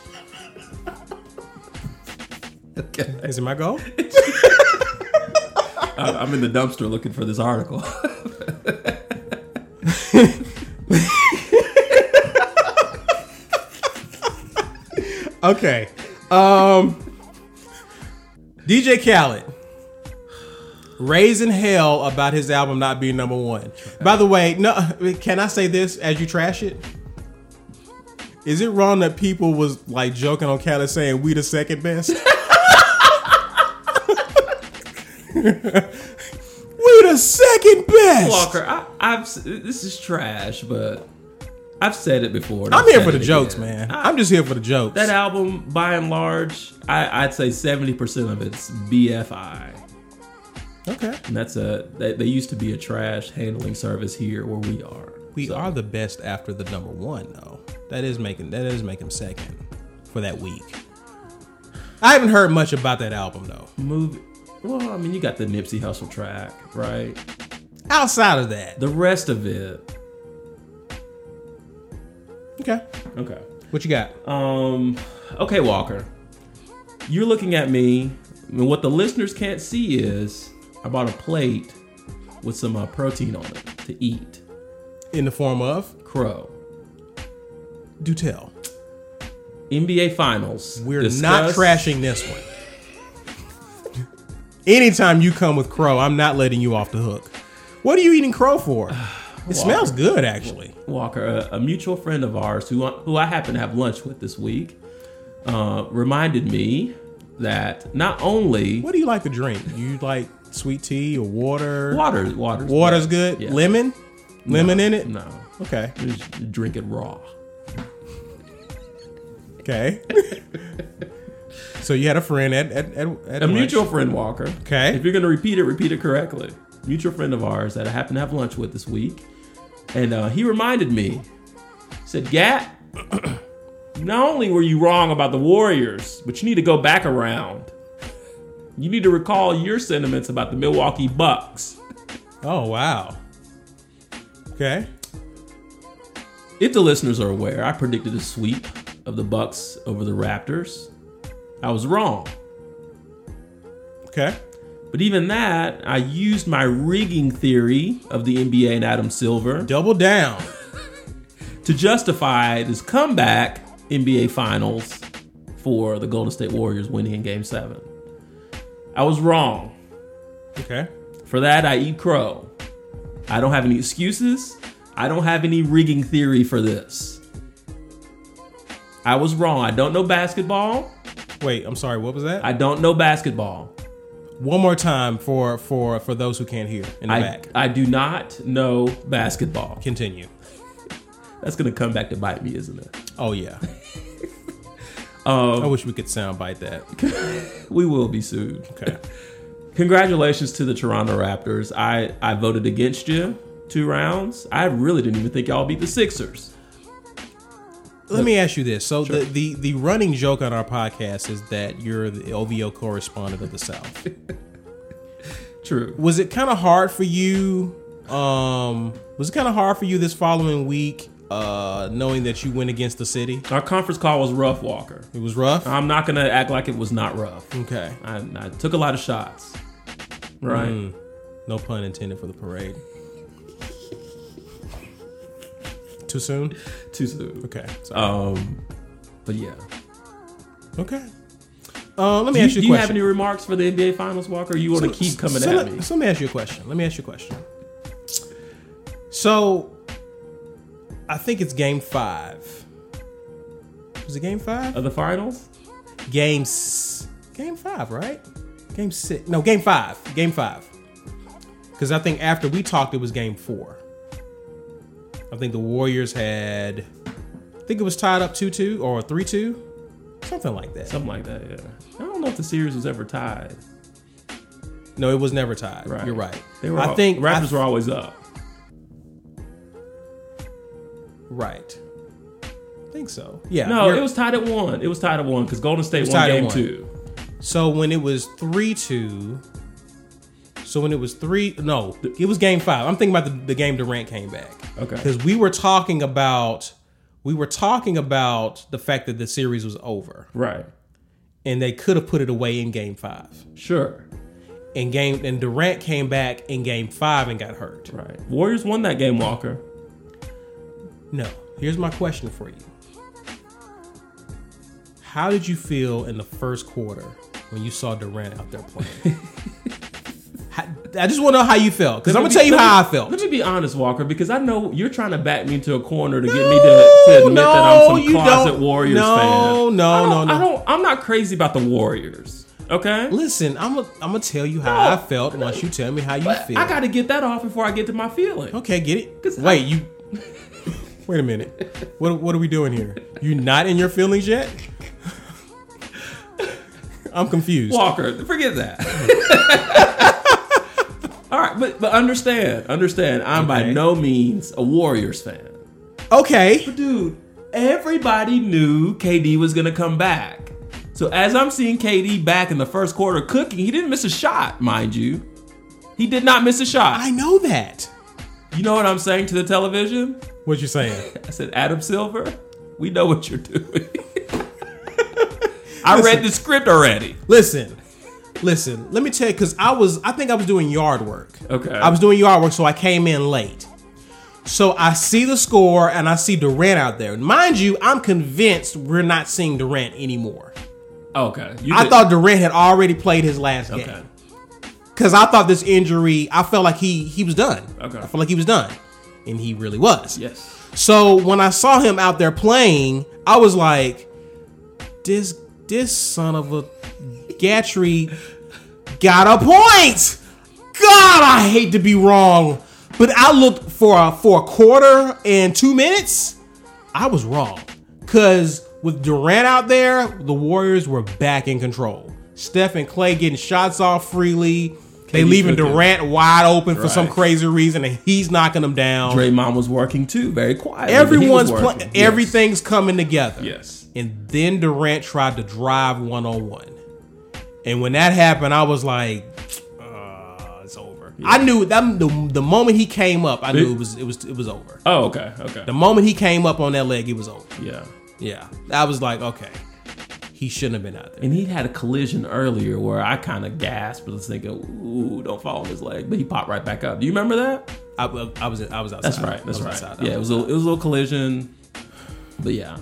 Okay. Is it my goal? I'm in the dumpster looking for this article. Okay. Um DJ Khaled raising hell about his album not being number one. By the way, no can I say this as you trash it? Is it wrong that people was like joking on Khaled saying we the second best? <laughs> we the second best. <laughs> Walker, I, I've s- this is trash, but I've said it before. and I'm I've here said for the it jokes, again. man. I- I'm just here for the jokes. that album, by and large, I, I'd say seventy percent of it's BFI, Okay. and that's a they, they used to be a trash handling service here where we are. We So, are the best after the number one, though. That is making that is making second. for that week. I haven't heard much about that album though. Movie. Well, I mean, you got the Nipsey Hustle track, right? Outside of that, The rest of it. okay. Okay. What you got? Um. Okay, Walker. You're looking at me, and what the listeners can't see is I bought a plate with some uh, protein on it to eat. In the form of Crow. do tell. NBA Finals. We're not Discuss- trashing this one. Anytime you come with crow, I'm not letting you off the hook. What are you eating crow <sighs> for? It smells good, actually. Walker, a, a mutual friend of ours who who I happen to have lunch with this week, uh, reminded me that not only What do you like to drink? You like sweet tea or water? water water's Water's better. good. Yeah. Lemon? Lemon in it? No, Okay. just drink it raw. Okay. so you had a friend at at, at, at A lunch. mutual friend, Walker. Okay. If you're gonna repeat it, repeat it correctly. Mutual friend of ours that I happen to have lunch with this week, and uh, he reminded me. Said, "Gat, <clears throat> not only were you wrong about the Warriors, but you need to go back around. You need to recall your sentiments about the Milwaukee Bucks." Oh wow. Okay. If the listeners are aware, I predicted a sweep of the Bucks over the Raptors. I was wrong. Okay. But even that, I used my rigging theory of the NBA and Adam Silver Double down. to justify this comeback NBA Finals for the Golden State Warriors winning in Game 7. I was wrong. Okay. For that, I eat crow. I don't have any excuses. I don't have any rigging theory for this. I was wrong. I don't know basketball. Wait, I'm sorry. What was that? I don't know basketball. One more time for for for those who can't hear in the I, back. I do not know basketball. Continue. That's gonna come back to bite me, isn't it? Oh yeah. I <laughs> Um, wish we could soundbite <laughs> that. we will be sued. Okay. Congratulations to the Toronto Raptors. I I voted against you two rounds. I really didn't even think y'all beat the Sixers. Let me ask you this. So the, the the running joke on our podcast is that you're the OVO correspondent of the South. True. was it kind of hard for you um was it kind of hard for you this following week uh knowing that you went against the city Our conference call was rough, Walker. it was rough I'm not gonna act like it was not rough. okay I, I took a lot of shots. Right. Mm. no pun intended for the parade too soon Too soon. okay sorry. Um. But yeah. okay uh, let me Do you, ask you a do you question have any remarks for the NBA Finals, Walker? Or you want to keep coming so at let, me? So let me ask you a question. Let me ask you a question. So, I think it's game five. Was it game five? Of the finals? Game s- game five, right? Game six? No, game five. Game five. Because I think after we talked, it was game four. I think the Warriors had. I think it was tied up two two or three two, something like that. Something like that, yeah. I don't know if the series was ever tied. No, it was never tied. Right. You're right. They were I think I Raptors were always up. Right. I think so. Yeah. No, you're- it was tied at one. It was tied at one because Golden State was won tied at game one. two. so when it was three two. So when it was three, no, it was game five. I'm thinking about the, the game Durant came back. Okay. Because we were talking about we were talking about the fact that the series was over Right. and they could have put it away in game five. Sure. And game and Durant came back in game five and got hurt. Right. Warriors won that game, Walker. No. Here's my question for you. How did you feel in the first quarter when you saw Durant out there <laughs> playing? How- I just want to know how you felt because I'm Let gonna tell you me- let me- how I felt. Let me be honest, Walker, because I know you're trying to back me into a corner to get me to, to admit that I'm some you closet don't. Warriors No, fan. no, I don't- no, no. I don't. I'm not crazy about the Warriors. Okay. Listen, I'm gonna I'm gonna tell you how I felt once you tell me how you feel. Oh, I got to get that off before I get to my feeling. okay, get it? 'Cause Wait, I- you. Wait a minute. What what are we doing here? You not in your feelings yet? I'm confused. Walker, <laughs> forget that. All right, but but understand, understand. I'm by Okay. no means a Warriors fan, okay. dude. everybody knew KD was gonna come back. So as I'm seeing KD back in the first quarter cooking, he didn't miss a shot, mind you. He did not miss a shot. I know that. you know what I'm saying to the television? What you saying? I said, Adam Silver, we know what you're doing. <laughs> I read the script already. Listen, listen. Let me tell you, because I was, I think I was doing yard work. Okay. I was doing yard work, so I came in late. So I see the score and I see Durant out there. Mind you, I'm convinced we're not seeing Durant anymore. Okay. You I did- thought Durant had already played his last Okay. game because I thought this injury. I felt like he he was done. Okay. I felt like he was done, and he really was. Yes. So when I saw him out there playing, I was like, "This this son of a Gatry got a point." God, I hate to be wrong, but I looked for a, for a quarter and two minutes. I was wrong because with Durant out there, the Warriors were back in control. Steph and Clay getting shots off freely. They KD leaving cooking. Durant wide open for some Right. crazy reason, and he's knocking them down. Draymond was working too, very quiet. Everyone's He was working. playing. Everything's coming together. Yes. And then Durant tried to drive one on one, and when that happened, I was like, uh, "It's over." I knew that the, the moment he came up, I knew it was it was it was over. Oh, okay. Okay. The moment he came up on that leg, it was over. Yeah. Yeah, I was like, okay, he shouldn't have been out there. And he had a collision earlier where I kind of gasped, was thinking, "Ooh, don't fall on his leg," but he popped right back up. Do you remember that? I, I was I was outside. That's right. That's I right. was outside. I Yeah, it was- was a it was a little collision, but yeah,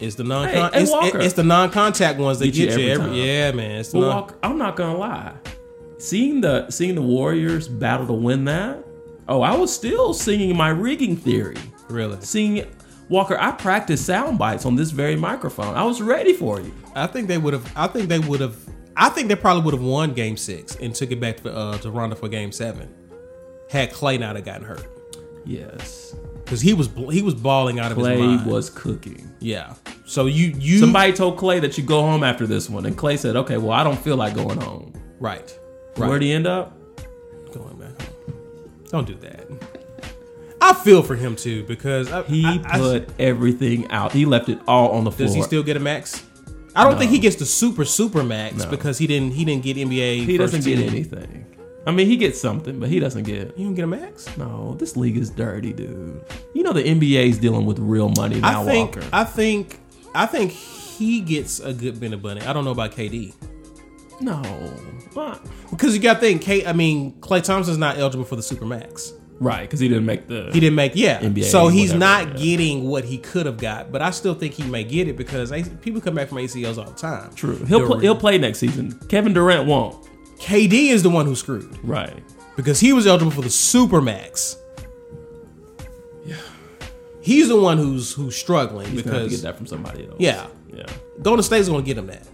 it's the non Hey, hey, it's, Walker. it's the non contact ones that Get you get you. every Every, time. yeah, man. It's the Well, non- Walker, I'm not gonna lie. Seeing the seeing the Warriors battle to win that, oh, I was still singing my rigging theory. really. Seeing Walker, I practiced sound bites on this very microphone. I was ready for you. I think they would have. I think they would have. I think they probably would have won Game Six and took it back to, uh, to Ronda for Game Seven, had Clay not have gotten hurt Yes, because he was bl- he was balling out of Clay his mind. was cooking. yeah. So you you Somebody told Clay that you go home after this one, and Clay said, "Okay, well, I don't feel like going home." right right Where'd he end up? going back home. Don't do that. I feel for him too because I, He I- I- put everything out. He left it all on the floor. does he still get a max? I don't think he gets the super super max because he didn't he didn't get NBA. He first doesn't get team. anything. I mean, he gets something, but he doesn't get. You don't get a max. No, this league is dirty, dude. You know the NBA's dealing with real money now, I think Walker. I think I think he gets a good bit of money. I don't know about KD no, Why? because you got to think. K, I mean, Clay Thompson's not eligible for the supermax. right? Because he didn't make the. He didn't make yeah, NBA, so he's whatever, not yeah. getting what he could have got. But I still think he may get it because I, people come back from ACLs all the time. True. He'll pl- Durant. he'll play next season. Kevin Durant won't. KD is the one who screwed Right. because he was eligible for the supermax. Yeah, he's the one who's who's struggling He's gonna have to because get that from somebody else. Yeah. Yeah. Golden State's going to get him that.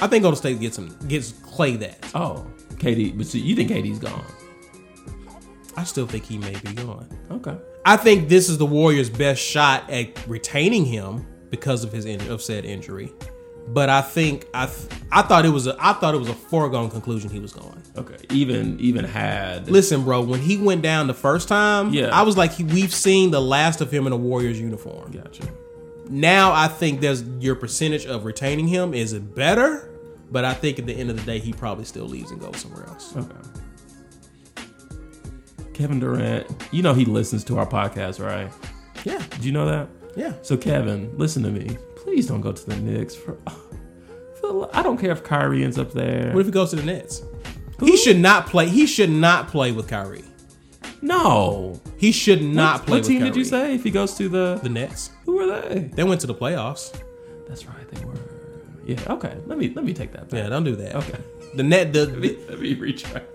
I think Golden State gets him gets Clay that. Oh, KD. But see, you think KD's gone? I still think he may be gone. Okay. I think this is the Warriors' best shot at retaining him because of his in- of said injury. But I think I th- I thought it was a I thought it was a foregone conclusion he was gone. Okay. Even even had. Listen, bro, when he went down the first time, Yeah. I was like, he, we've seen the last of him in a Warriors uniform. Gotcha. Now I think there's your percentage of retaining him is it better, but I think at the end of the day he probably still leaves and goes somewhere else. Okay. Kevin Durant, you know he listens to our podcast, right? Yeah, Did you know that? yeah. So Kevin, listen to me. Please don't go to the Knicks for. <sighs> for the lo- I don't care if Kyrie ends up there. What if he goes to the Nets? He should not play. He should not play with Kyrie. no. He should not What- play What with team Kyrie. did you say if he goes to the? The Nets. Who are they? They went to the playoffs. That's right. They were. Yeah. Okay. Let me let me take that back. Yeah, don't do that. Okay. <laughs> The net the, Let me, the let me retract.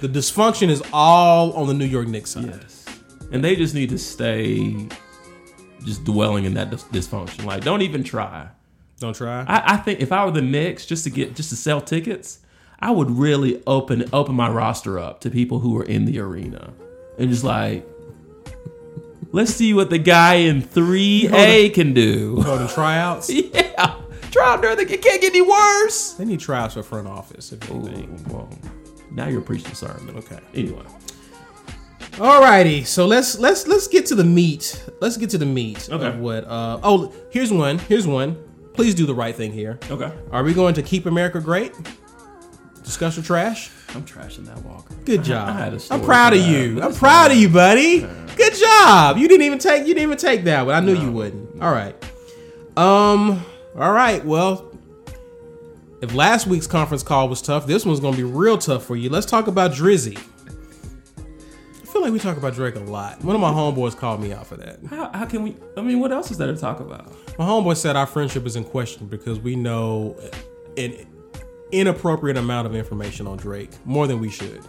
the dysfunction is all on the New York Knicks side. Yes. And they just need to stay, just dwelling in that dis- dysfunction. Like, don't even try. Don't try. I, I think if I were the Knicks, just to get just to sell tickets, I would really open open my roster up to people who are in the arena, and just like, let's see what the guy in three A can do. Go to tryouts. <laughs> yeah, try out during the it can't get any worse. They need tryouts for front office. If anything. Ooh, well, now you're preaching a sermon. Okay. Anyway, Alrighty, so let's let's let's get to the meat. Let's get to the meat Okay. of what. Uh, oh, here's one. Here's one. Please do the right thing here. Okay. Are we going to keep America great? Discuss or trash? I'm trashing that Walker. Good I had job. a story I'm proud for of that, you. but I'm it's proud of not- you, buddy. Good job. You didn't even take you didn't even take that one. I knew you wouldn't. All right. Um. All right. Well, if last week's conference call was tough, this one's gonna be real tough for you. Let's talk about Drizzy. I feel like we talk about Drake a lot. One of my homeboys called me out for that. How, how can we? I mean, what else is there to talk about? My homeboy said our friendship is in question because we know an inappropriate amount of information on Drake, more than we should.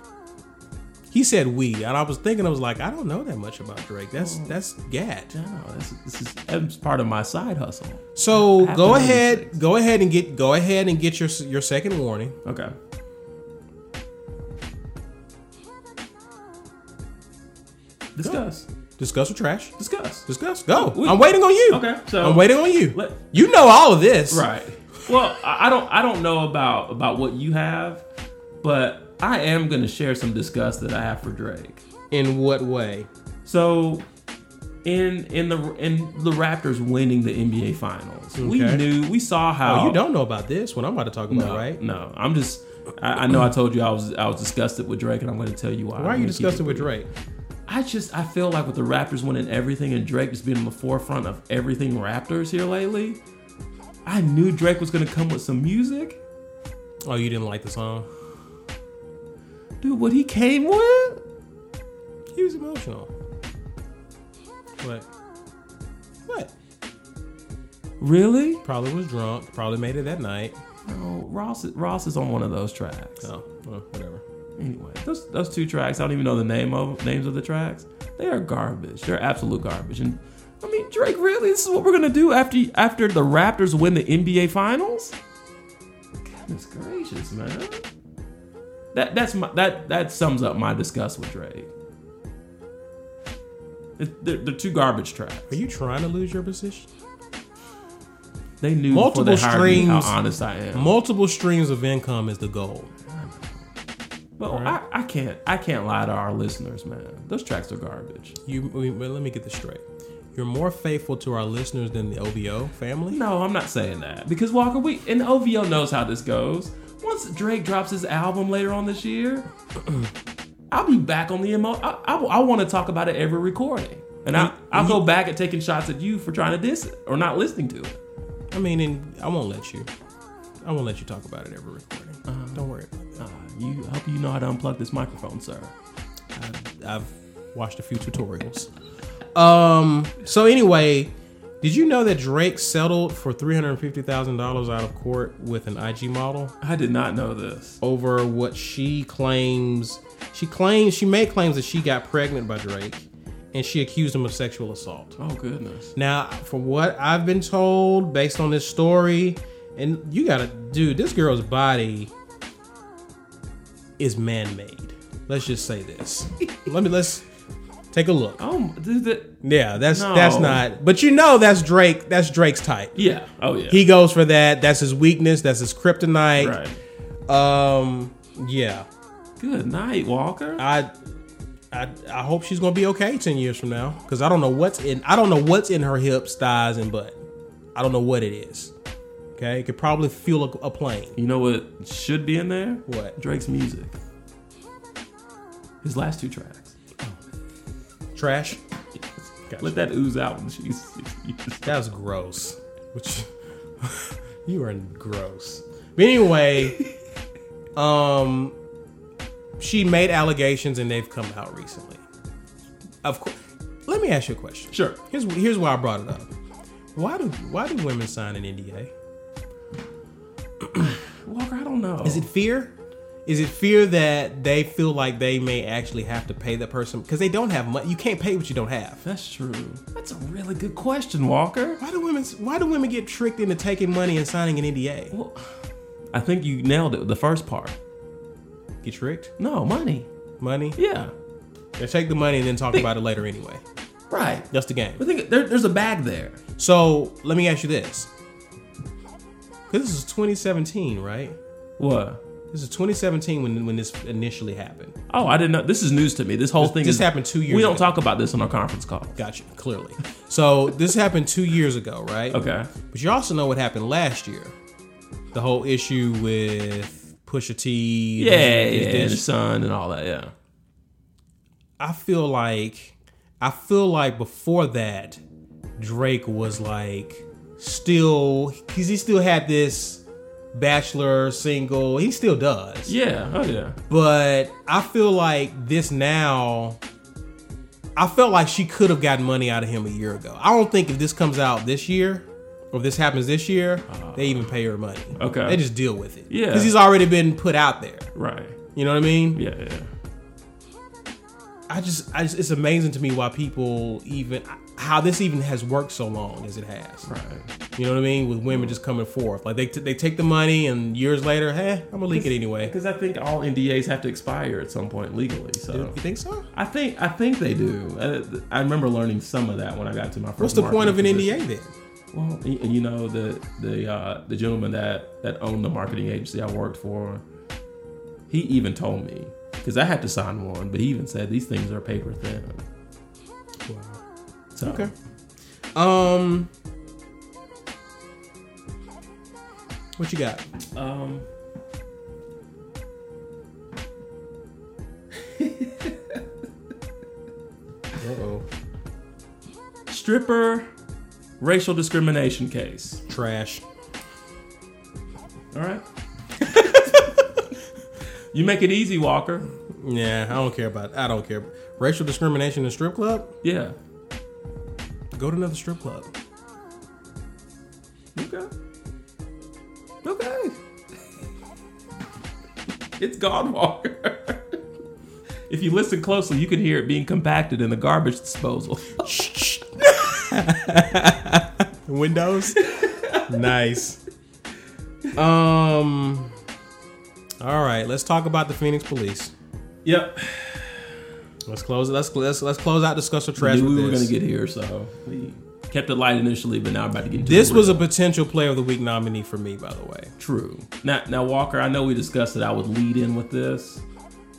He said we, and I was thinking, I was like, I don't know that much about Drake. That's that's gad. No, this, this is that's part of my side hustle. So I have go to learn ahead, things. go ahead and get go ahead and get your your second warning. Okay. Discuss. Discuss with trash. Discuss. Discuss. Go. We- I'm waiting on you. Okay, so- I'm waiting on you. Let- you know all of this, Right. Well, I I don't I don't know about about what you have, but I am gonna share some disgust that I have for Drake. In what way? So in in the in the Raptors winning the NBA finals, we Okay. knew we saw how Oh, you don't know about this. What I'm about to talk about, no, Mm. right? No, I'm just. I, I know I told you I was I was disgusted with Drake, and I'm going to tell you why. Why are I'm you gonna keep discussing it with brief. Drake? I just I feel like with the Raptors winning everything and Drake just being in the forefront of everything Raptors here lately, I knew Drake was going to come with some music, Oh, you didn't like the song. dude. What he came with, He was emotional. What? What? really? Probably was drunk. Probably made it that night. No, Ross Ross is on one of those tracks. Oh, well, whatever. Anyway, those those two tracks, I don't even know the name of names of the tracks. They are garbage. They're absolute garbage. And I mean, Drake, really, this is what we're gonna do after after the Raptors win the NBA Finals? Goodness gracious, man. That that's my that that sums up my disgust with Drake. It- They're, they're two garbage tracks. Are you trying to lose your position? They knew Multiple before they hired me how strings. honest I am. Multiple streams of income is the goal. but I, I can't I can't lie to our listeners, man. Those tracks are garbage. You, wait, wait, let me get this straight. You're more faithful to our listeners than the OVO family. No, I'm not saying that because Walker, we and OVO knows how this goes. Once Drake drops his album later on this year, <clears throat> I'll be back on the emo. I, I, want to talk about it every recording, and I I'll go back at taking shots at you for trying to diss it or not listening to it. I mean, and I won't let you. I won't let you talk about it every recording. Don't worry. About Uh, you I hope you know how to unplug this microphone, sir. it. I've watched a few tutorials. um. So anyway, did you know that Drake settled for three hundred fifty thousand dollars out of court with an IG model? I did not know this. over what she claims. She claims she made claims that she got pregnant by Drake, and she accused him of sexual assault. Oh goodness. Now, from what I've been told, based on this story, and you gotta, dude, this girl's body is man-made. Let's just say <laughs> this. Let me let's take a look. Oh, did that, Yeah, that's No. that's not. But you know, that's Drake. That's Drake's type. yeah. Oh yeah. He goes for that. That's his weakness. That's his kryptonite. right. Um, yeah. Good night, Walker. I, I, I hope she's gonna be okay ten years from now because I don't know what's in I don't know what's in her hips, thighs, and butt. I don't know what it is. Okay, it could probably fuel a, a plane. You know what should be in there? What? Drake's music. His last two tracks. Trash. Gotcha. Let that ooze out when she's <laughs> used. That was gross. Which you <laughs> are gross. But anyway, um, she made allegations and they've come out recently. Of course. Let me ask you a question. Sure. Here's here's why I brought it up. Why do why do women sign an NDA? Walker, I don't know. Is it fear? Is it fear that they feel like they may actually have to pay that person because they don't have money? You can't pay what you don't have. That's true. That's a really good question, Walker. Why do women? Why do women get tricked into taking money and signing an NDA? Well, I think you nailed it. The first part. Get tricked? No money. Money? Yeah. They take the money and then talk about it later anyway. Right. That's the game. But think there, there's a bag there. So let me ask you this: because this is 2017, right? What? This is 2017 when when this initially happened. Oh, I didn't know. This is news to me. This whole thing. this is, happened two years We don't ago. talk about this on our conference call. Gotcha. Clearly. So this happened two years ago, right? Okay. But you also know what happened last year. The whole issue with Pusha T. Yeah, yeah, his- his and the dish. sun and all that. Yeah. I feel like I feel like before that, Drake was like still because he still had this bachelor single. He still does. Yeah. Oh yeah. But I feel like this now. I felt like she could have gotten money out of him a year ago. I don't think if this comes out this year, or if this happens this year, they even pay her money. Uh-huh. Okay. They just deal with it. Yeah. Because he's already been put out there. Right. You know what I mean? Yeah. Yeah. I just, I just, it's amazing to me why people even, how this even has worked so long as it has. Right. You know what I mean? With women just coming forth. Like they, t- they take the money and years later, hey, I'm going to leak it anyway. Because I think all NDAs have to expire at some point legally. So You think so? I think I think they do. Uh, I, remember learning some of that when I got to my first. What's the point of an marketing NDA position. then? Well, y- you know the the uh, the gentleman that that owned the marketing agency I worked for, he even told me because I had to sign one, but he even said these things are paper thin. So, Okay. Um, what you got? Um, Uh-oh. stripper racial discrimination case. Trash. All right. <laughs> you make it easy, Walker. Yeah, I don't care about. I don't care. Racial discrimination in strip club. Yeah. Go to another strip club. Okay. Okay. it's gone, Walker. <laughs> if you listen closely, you can hear it being compacted in the <laughs> garbage disposal. <laughs> Windows. nice. Um. All right, let's talk about the Phoenix Police. yep. Let's close. Let's let's let's close out discuss or trash. Knew with we were this. going to get here, so we kept it light initially, but now we're about to get into this the was real- a potential Player of the Week nominee for me, by the way. True. Now, now, Walker, I know we discussed that I would lead in with this,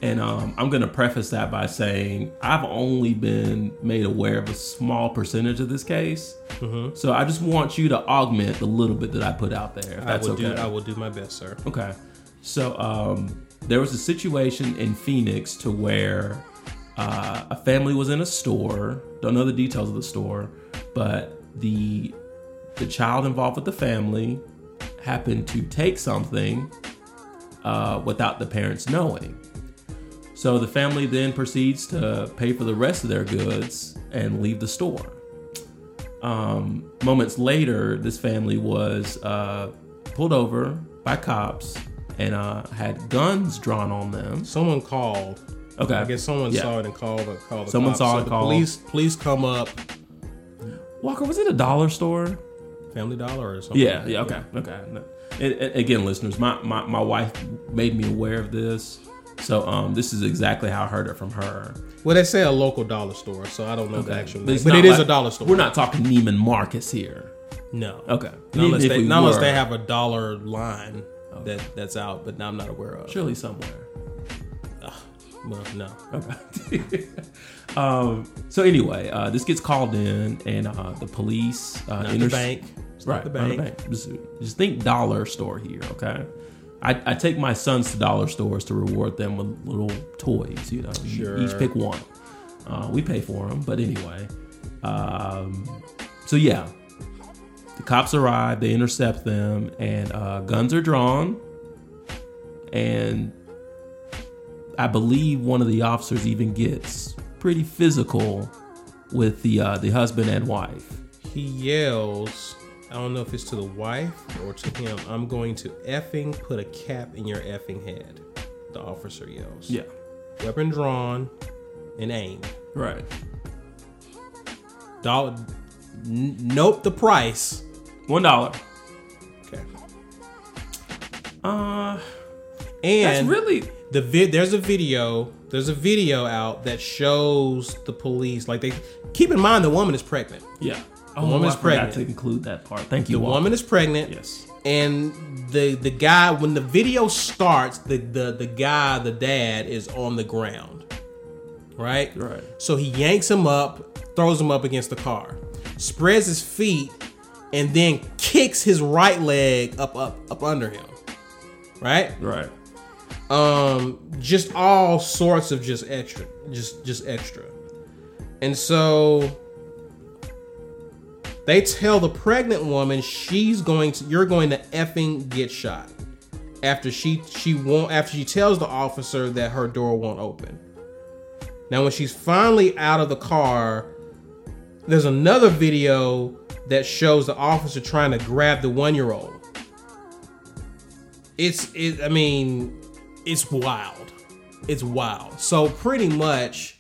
and um, I'm going to preface that by saying I've only been made aware of a small percentage of this case. Mm-hmm. So I just want you to augment the little bit that I put out there. If that's I will okay. do. I will do my best, sir. Okay. So um, there was a situation in Phoenix to where uh, a family was in a store. Don't know the details of the store, but the the child involved with the family happened to take something uh, without the parents knowing. So the family then proceeds to pay for the rest of their goods and leave the store. Um, moments later, this family was uh, pulled over by cops and uh, had guns drawn on them. Someone called. Okay, I guess someone Yeah. saw it and called. the- called the Someone cops. saw So it, the called. Police, police come up. Walker, was it a dollar store? Family Dollar or something. Yeah, yeah, okay, okay. No. And, and again, listeners, my, my, my wife made me aware of this. So um, this is exactly how I heard it from her. Well, they say a local dollar store, so I don't know the actual. Name. it's But not it is a like- dollar store. We're not talking Neiman Marcus here. No. Okay. Not unless, Even if they, we not unless were, they have a dollar line that that's out, but I'm not aware of. surely somewhere. Well, no. Okay. um, so anyway, uh, this gets called in, and uh, the police uh, Not the inters- bank. It's not Right, The not the bank. bank. Just, just think dollar store here, okay? I, I take my sons to dollar stores to reward them with little toys, you know. You Sure. Each pick one. Uh, we pay for them, but anyway. Um, so yeah, the cops arrive. They intercept them, and uh, guns are drawn. And I believe one of the officers even gets pretty physical with the uh, the husband and wife. He yells. I don't know if it's to the wife or to him. I'm going to effing put a cap in your effing head. The officer yells. Weapon drawn and aimed. right. Dollar. N- nope. The price. One dollar. Okay. Uh, that's And really the vid there's a video there's a video out that shows the police like they keep in mind the woman is pregnant yeah. The woman's I forgot pregnant. to include that part. Thank you. the Walt. woman is pregnant Yes. and the the guy when the video starts, the the the guy, the dad, is on the ground, right? Right. So he yanks him up, throws him up against the car, spreads his feet, and then kicks his right leg up up up under him, right? Right. um just all sorts of just extra just just extra and so they tell the pregnant woman she's going to you're going to effing get shot after she she won't after she tells the officer that her door won't open now when she's finally out of the car there's another video that shows the officer trying to grab the one-year-old it's it, i mean it's wild it's wild so pretty much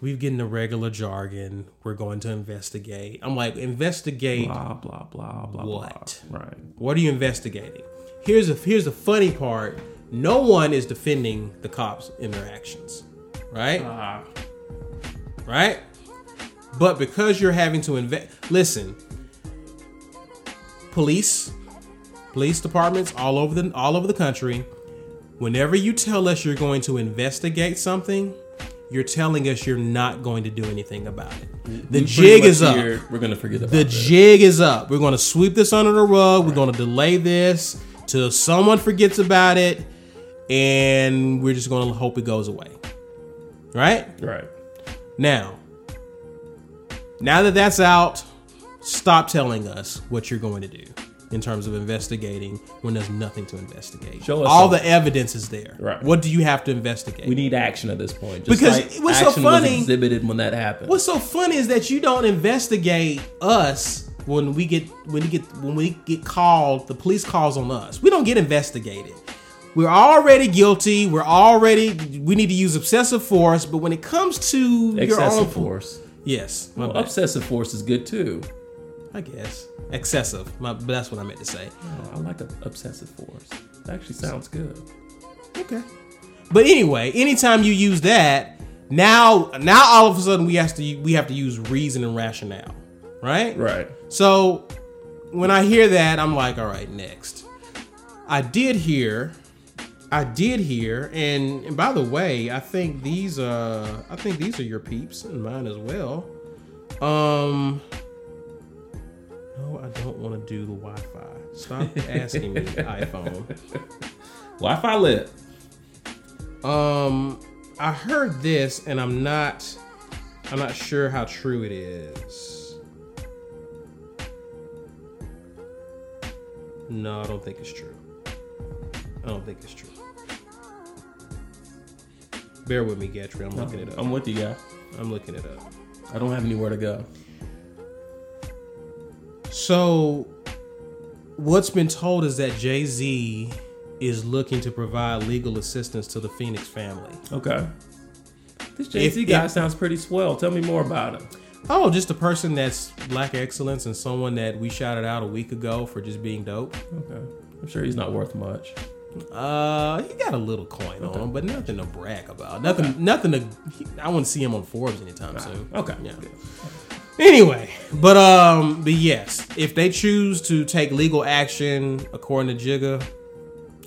we've getting the regular jargon we're going to investigate i'm like investigate Blah blah blah blah What? blah. Right. what are you investigating here's the here's the funny part no one is defending the cops in their actions right Ah, right? But because you're having to invest, listen, police, police departments all over the all over the country, whenever you tell us you're going to investigate something, you're telling us you're not going to do anything about it. The we pretty jig much is up. here- We're gonna forget about The this. jig is up. We're going to sweep this under the rug. We're going to delay this till someone forgets about it, and we're just going to hope it goes away. Right? Right. Now, now that that's out, stop telling us what you're going to do in terms of investigating when there's nothing to investigate. Show us All something. the evidence is there. Right. What do you have to investigate? We need action at this point. Just Because like what's so action funny- was exhibited when that happened. What's so funny is that you don't investigate us when we get when we get when we get called. The police calls on us. We don't get investigated. We're already guilty. We're already we need to use obsessive force. But when it comes to your own excessive force? yes, my Well, uh, bad. obsessive force is good too. I guess excessive. My, but that's what I meant to say. Oh, I like ob- obsessive force. That actually sounds good. Okay. But anyway, anytime you use that, now now all of a sudden we have to we have to use reason and rationale, right? Right. So when I hear that, I'm like, all right, next. I did hear, I did hear, and, and by the way, I think these uh I think these are your peeps and mine as well. Um No, I don't want to do the Wi-Fi. Stop asking me, iPhone. Wi-Fi lit. Um, I heard this, and I'm not, I'm not sure how true it is. No, I don't think it's true. I don't think it's true. Bear with me, Gatry. I'm looking it up. I'm with you, guy. I'm looking it up. I don't have anywhere to go. So, what's been told is that Jay Z is looking to provide legal assistance to the Phoenix family. Okay. This Jay Z If- guy if- sounds pretty swell. Tell me more about him. Oh, just a person that's black excellence and someone that we shouted out a week ago for just being dope. Okay. I'm sure he's not worth much. Uh, he got a little coin on him, but nothing to brag about. Nothing, nothing to. he- I wouldn't see him on Forbes anytime soon. Okay. Yeah. Anyway, but um, but yes, if they choose to take legal action according to Jigga,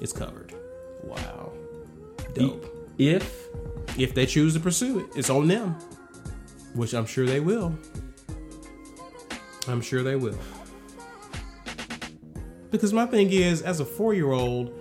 it's covered. Wow. Dope. If If they choose to pursue it, it's on them, which I'm sure they will. I'm sure they will. Because my thing is, as a four year old,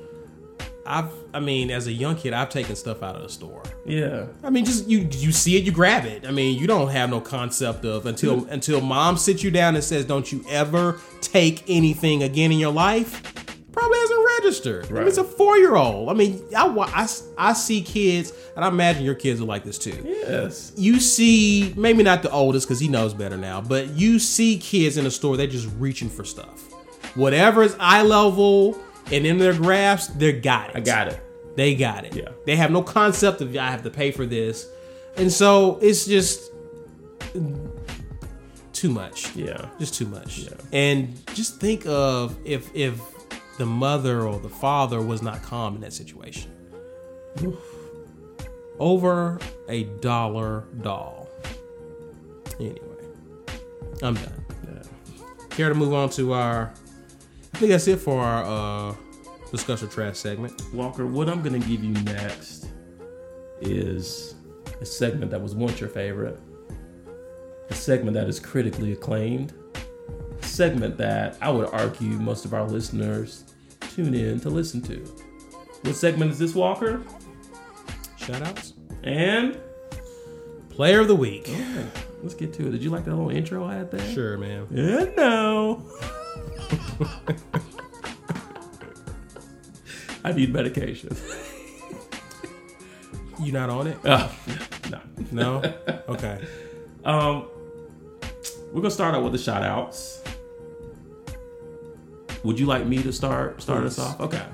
I've, I mean, as a young kid, I've taken stuff out of the store. yeah. I mean, just you, you see it, you grab it. I mean, you don't have no concept of until Mm-hmm. until mom sits you down and says, "Don't you ever take anything again in your life." Probably hasn't registered. I mean, Right. it's a four year old. I mean, I, wa- I s- I see kids, and I imagine your kids are like this too Yes. you see maybe not the oldest because he knows better now but you see kids in the store they're just reaching for stuff whatever is eye level and in their grasp they got it I got it. they got it Yeah. they have no concept of i have to pay for this and so it's just too much Yeah. just too much and just think of if if the mother or the father was not calm in that situation over a dollar doll anyway i'm done yeah. care to move on to our think that's it for our uh, discuss or trash segment. Walker, what I'm gonna give you next is a segment that was once your favorite, a segment that is critically acclaimed, a segment that I would argue most of our listeners tune in to listen to. What segment is this, Walker? Shout outs. And Player of the week. okay, let's get to it. Did you like that little intro I had there? Oh, Sure, man. Yeah, no. <laughs> I need medication. You not on it? Oh, no. <laughs> No. Okay. Um, we're gonna start out with the shout outs. Would you like me to start start us Please. off? Okay,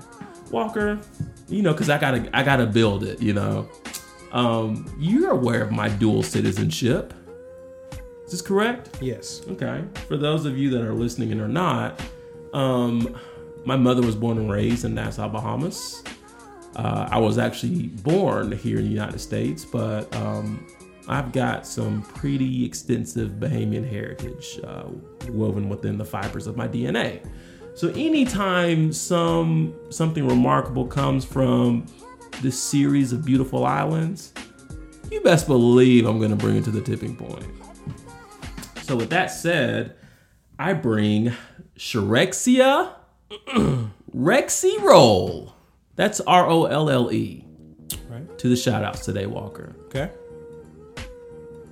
Walker. You know, cause I gotta I gotta build it. You know, um, you're aware of my dual citizenship. Is this correct? Yes. Okay. For those of you that are listening and are not, um, my mother was born and raised in Nassau, Bahamas. Uh, I was actually born here in the United States, but um, I've got some pretty extensive Bahamian heritage uh, woven within the fibers of my DNA. So anytime some something remarkable comes from this series of beautiful islands, you best believe I'm gonna bring it to the tipping point. So with that said, I bring Shirexia <clears throat> Rexy Roll. That's R O L L E Right. to the shout outs today, Walker. Okay.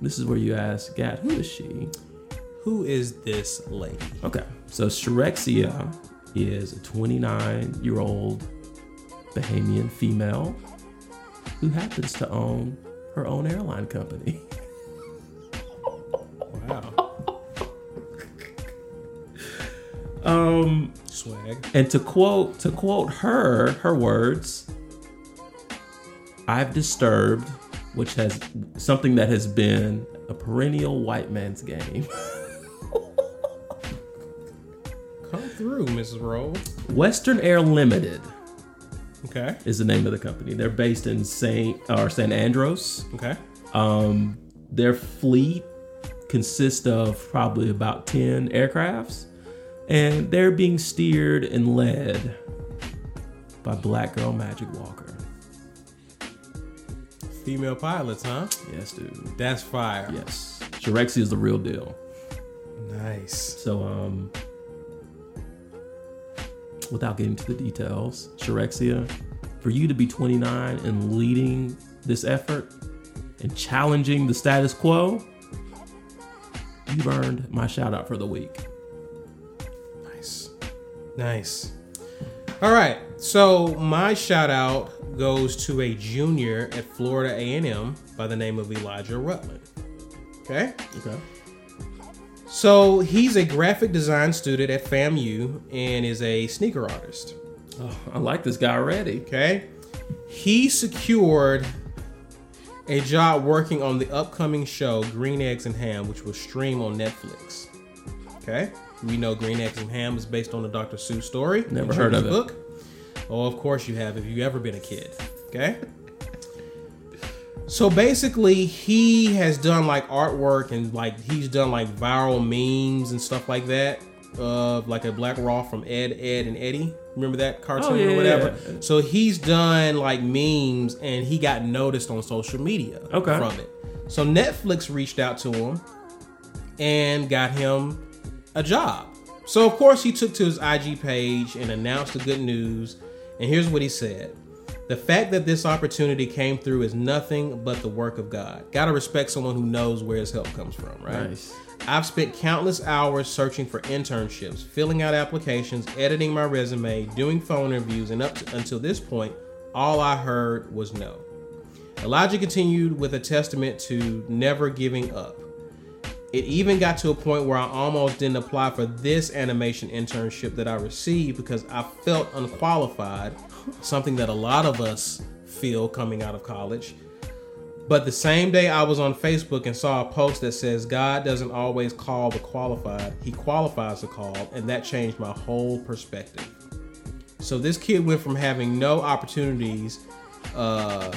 This is where you ask, Gad, who is she? Who is this lady? Okay, so Shirexia is a 29 year old Bahamian female who happens to own her own airline company. <laughs> <laughs> Wow. Um, Swag. And to quote to quote her, her words, I've disturbed, which has something that has been a perennial white man's game. <laughs> Come through, Mrs. Roll. Western Air Limited Okay. is the name of the company. They're based in Saint or San Andros. Okay. Um, their fleet consists of probably about 10 aircrafts, and they're being steered and led by Black Girl Magic Walker. Female pilots, huh? Yes, dude. That's fire. Yes. Shirexia is the real deal. Nice. So, um, without getting to the details, Shirexia, for you to be 29 and leading this effort and challenging the status quo, you've earned my shout out for the week. Nice. Nice. All right. So my shout out goes to a junior at Florida A&M by the name of Elijah Rutland. Okay. Okay. So he's a graphic design student at FAMU and is a sneaker artist. Oh, <laughs> I like this guy already. Okay. He secured a job working on the upcoming show Green Eggs and Ham, which will stream on Netflix. Okay. We know Green Eggs and Ham is based on the Dr. Seuss story. Never the heard of children's it. Book. Oh, of course you have if you've ever been a kid. Okay. So basically, he has done like artwork and like he's done like viral memes and stuff like that of like a Black Raw from Ed, Ed, and Eddie. Remember that cartoon Oh, yeah, yeah, or whatever? yeah. So he's done like memes and he got noticed on social media Okay. from it. So Netflix reached out to him and got him a job. So of course he took to his IG page and announced the good news. And here's what he said. The fact that this opportunity came through is nothing but the work of God. Gotta respect someone who knows where his help comes from, right? Nice. I've spent countless hours searching for internships, filling out applications, editing my resume, doing phone interviews, and up to, until this point, all I heard was no. Elijah continued with a testament to never giving up. It even got to a point where I almost didn't apply for this animation internship that I received because I felt unqualified, something that a lot of us feel coming out of college. But the same day I was on Facebook and saw a post that says God doesn't always call the qualified, he qualifies the call, and that changed my whole perspective. So this kid went from having no opportunities uh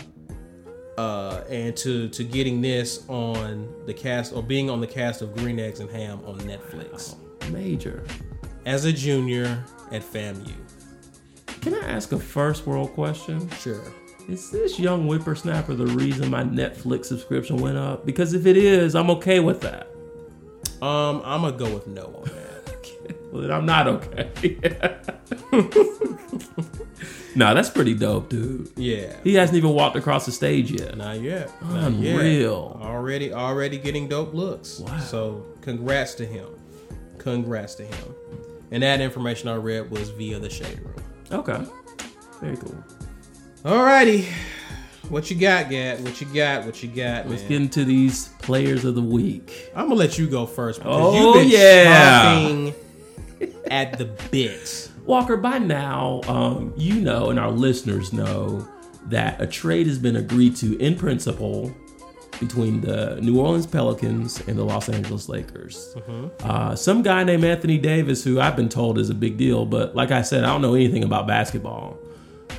uh, and to to getting this on the cast or being on the cast of Green Eggs and Ham on Netflix. Major. as a junior at FAMU. Can I ask a first world question? Sure. Is this young whippersnapper the reason my Netflix subscription went up? Because if it is, I'm okay with that. Um, I'm gonna go with no on that. Well, then I'm not okay. <laughs> nah, that's pretty dope, dude. Yeah. He hasn't even walked across the stage yet. Not yet. Not Unreal. Yet. Already, already getting dope looks. Wow. So, congrats to him. Congrats to him. And that information I read was via the shade room. Okay. Very cool. Alrighty, what you got, Gad? What you got? What you got, Let's man? get into these players of the week. I'm gonna let you go first because Oh, you've been yeah. chomping at the bit. Walker, by now, um, you know, and our listeners know that a trade has been agreed to in principle between the New Orleans Pelicans and the Los Angeles Lakers. Uh, some guy named Anthony Davis, who I've been told is a big deal, but like I said, I don't know anything about basketball.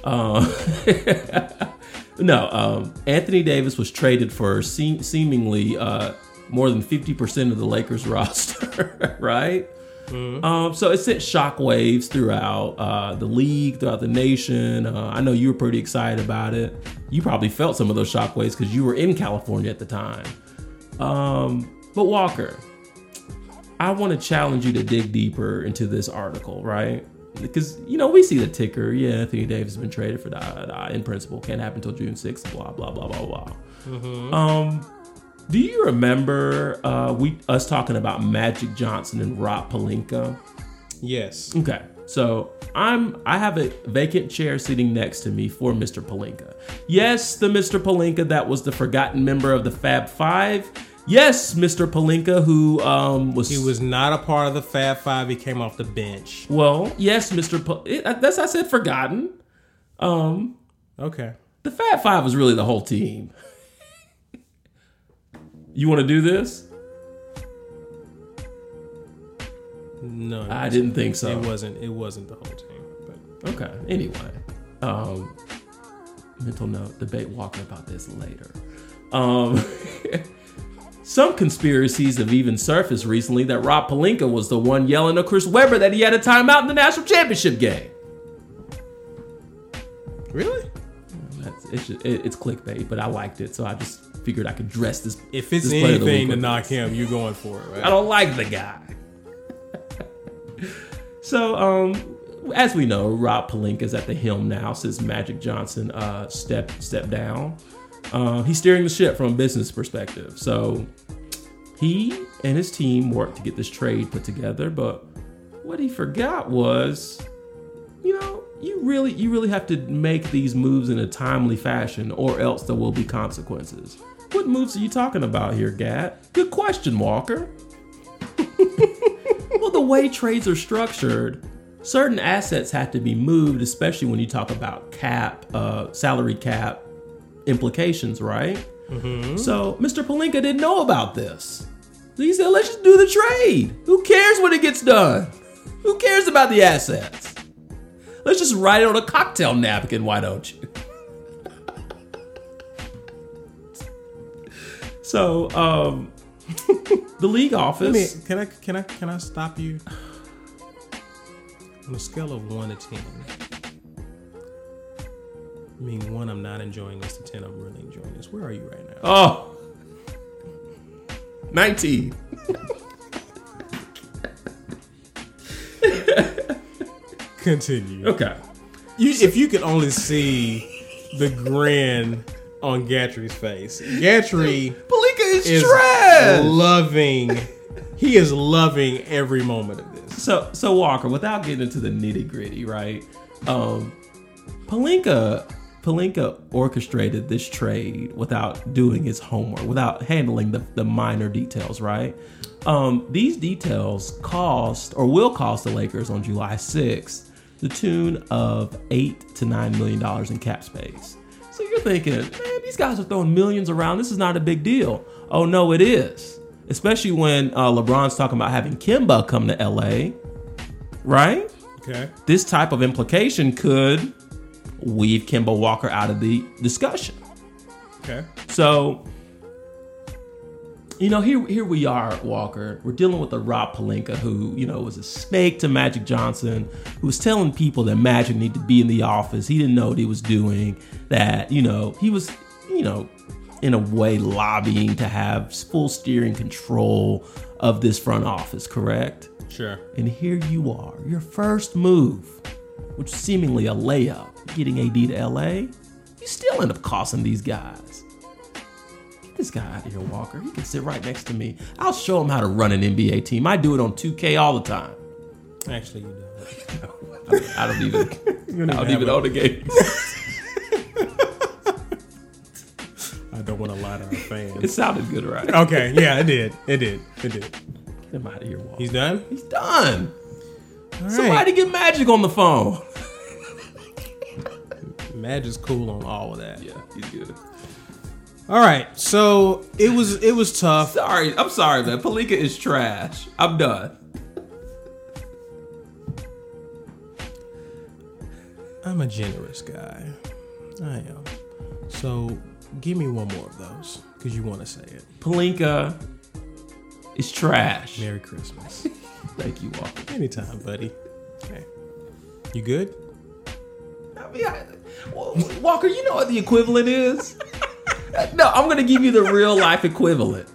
Uh, <laughs> no, um, Anthony Davis was traded for se- seemingly uh, more than 50% of the Lakers <laughs> roster, right? Um, so it sent shockwaves throughout uh, the league, throughout the nation. Uh, I know you were pretty excited about it. You probably felt some of those shockwaves because you were in California at the time. Um, but Walker, I want to challenge you to dig deeper into this article, right? Because you know we see the ticker. Yeah, Anthony Davis has been traded for da, da, in principle. Can't happen until June sixth. Blah blah blah blah blah. Um, do you remember uh, we us talking about Magic Johnson and Rob Palinka? Yes. Okay, so I'm I have a vacant chair sitting next to me for Mr. Palinka. Yes, the Mr. Palinka that was the forgotten member of the Fab Five. Yes, Mr. Palinka who um, was He was not a part of the Fab Five. He came off the bench. well, yes, Mr. Pa- it, that's I said forgotten. Um, Okay. the Fab Five was really the whole team. <laughs> you want to do this? No, it I wasn't. didn't think so. It wasn't. It wasn't the whole team. But Okay. Anyway, um, mental note: debate Walker about this later. Um, <laughs> some conspiracies have even surfaced recently that Rob Palinka was the one yelling at Chris Webber that he had a timeout in the national championship game. really, That's, it's, just, it, it's clickbait, but I liked it, so I just figured I could dress this. if it's this player of the anything week to with knock him, you're going for it, right? I don't like the guy. so, um, as we know, Rob Palinka is at the helm now since Magic Johnson uh, stepped stepped down. Uh, he's steering the ship from a business perspective. So, he and his team worked to get this trade put together. But what he forgot was, you know, you really you really have to make these moves in a timely fashion, or else there will be consequences. What moves are you talking about here, Gat? Good question, Walker. Well, the way trades are structured, certain assets have to be moved, especially when you talk about cap, uh, salary cap implications, right? Mm-hmm. So Mr. Palinka didn't know about this. So he said, let's just do the trade. Who cares when it gets done? Who cares about the assets? Let's just write it on a cocktail napkin, why don't you? <laughs> so, um, <laughs> the league office. Let me- can I can I can I stop you? On a scale of one to ten, I mean one I'm not enjoying this, to ten I'm really enjoying this. Where are you right now? Oh. 19. <laughs> Continue. Okay. You, if you could only see the grin on Gatry's face, Gatry Palika is, is trash. loving. He is loving every moment of this. so so Walker, without getting into the nitty gritty, right? Um Palinka Palinka orchestrated this trade without doing his homework, without handling the, the minor details, right? Um, these details cost or will cost the Lakers on July 6th the tune of eight to nine million dollars in cap space. So you're thinking, man, these guys are throwing millions around. This is not a big deal. Oh no, it is. Especially when uh, LeBron's talking about having Kimba come to LA, right? Okay. This type of implication could weave Kimba Walker out of the discussion. Okay. So You know, here here we are, Walker. We're dealing with a Rob Palenka who, you know, was a snake to Magic Johnson, who was telling people that Magic needed to be in the office. He didn't know what he was doing. That you know, he was, you know, in a way lobbying to have full steering control of this front office. Correct. Sure. And here you are, your first move, which was seemingly a layup, getting AD to LA. You still end up costing these guys. Get this guy out of here, Walker. He can sit right next to me. I'll show him how to run an NBA team. I do it on 2K all the time. Actually, you don't. I don't <laughs> even. I don't even own the games. I don't want to lie to <laughs> our fans. It sounded good, <laughs> right? okay. Yeah, it did. It did. It did. Get him out of here, Walker. He's done. He's done. All right. Somebody get Magic on the phone. Magic's cool on all of that. Yeah, he's good. All right. So it was it was tough. Sorry, I'm sorry, man. Palika is trash. I'm done. I'm a generous guy. I am. So give me one more of those because you want to say it. Palinka is trash. Merry <laughs> Christmas. Thank you, Walker. Anytime, buddy. Okay. You good? I mean, I- Wa- Walker, you know what the equivalent is? <laughs> no, I'm gonna give you the real life equivalent.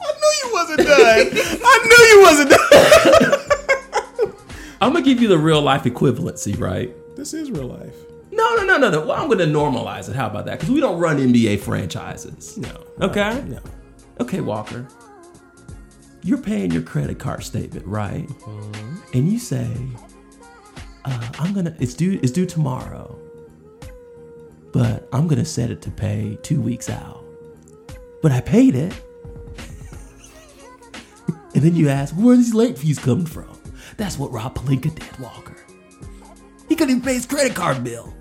I knew you wasn't done. I knew you wasn't <laughs> done. I'm gonna give you the real life equivalency, right? <laughs> This is real life. No, no, no, no, no. Well, I'm gonna normalize it. How about that? Because we don't run NBA franchises. No. Okay. No. Okay, Walker. You're paying your credit card statement, right? And you say, uh, "I'm gonna. It's due. It's due tomorrow, but I'm gonna set it to pay two weeks out. But I paid it." <laughs> and then you ask, "Where are these late fees coming from?" That's what Rob Palinka did, Walker. He couldn't even pay his credit card bill.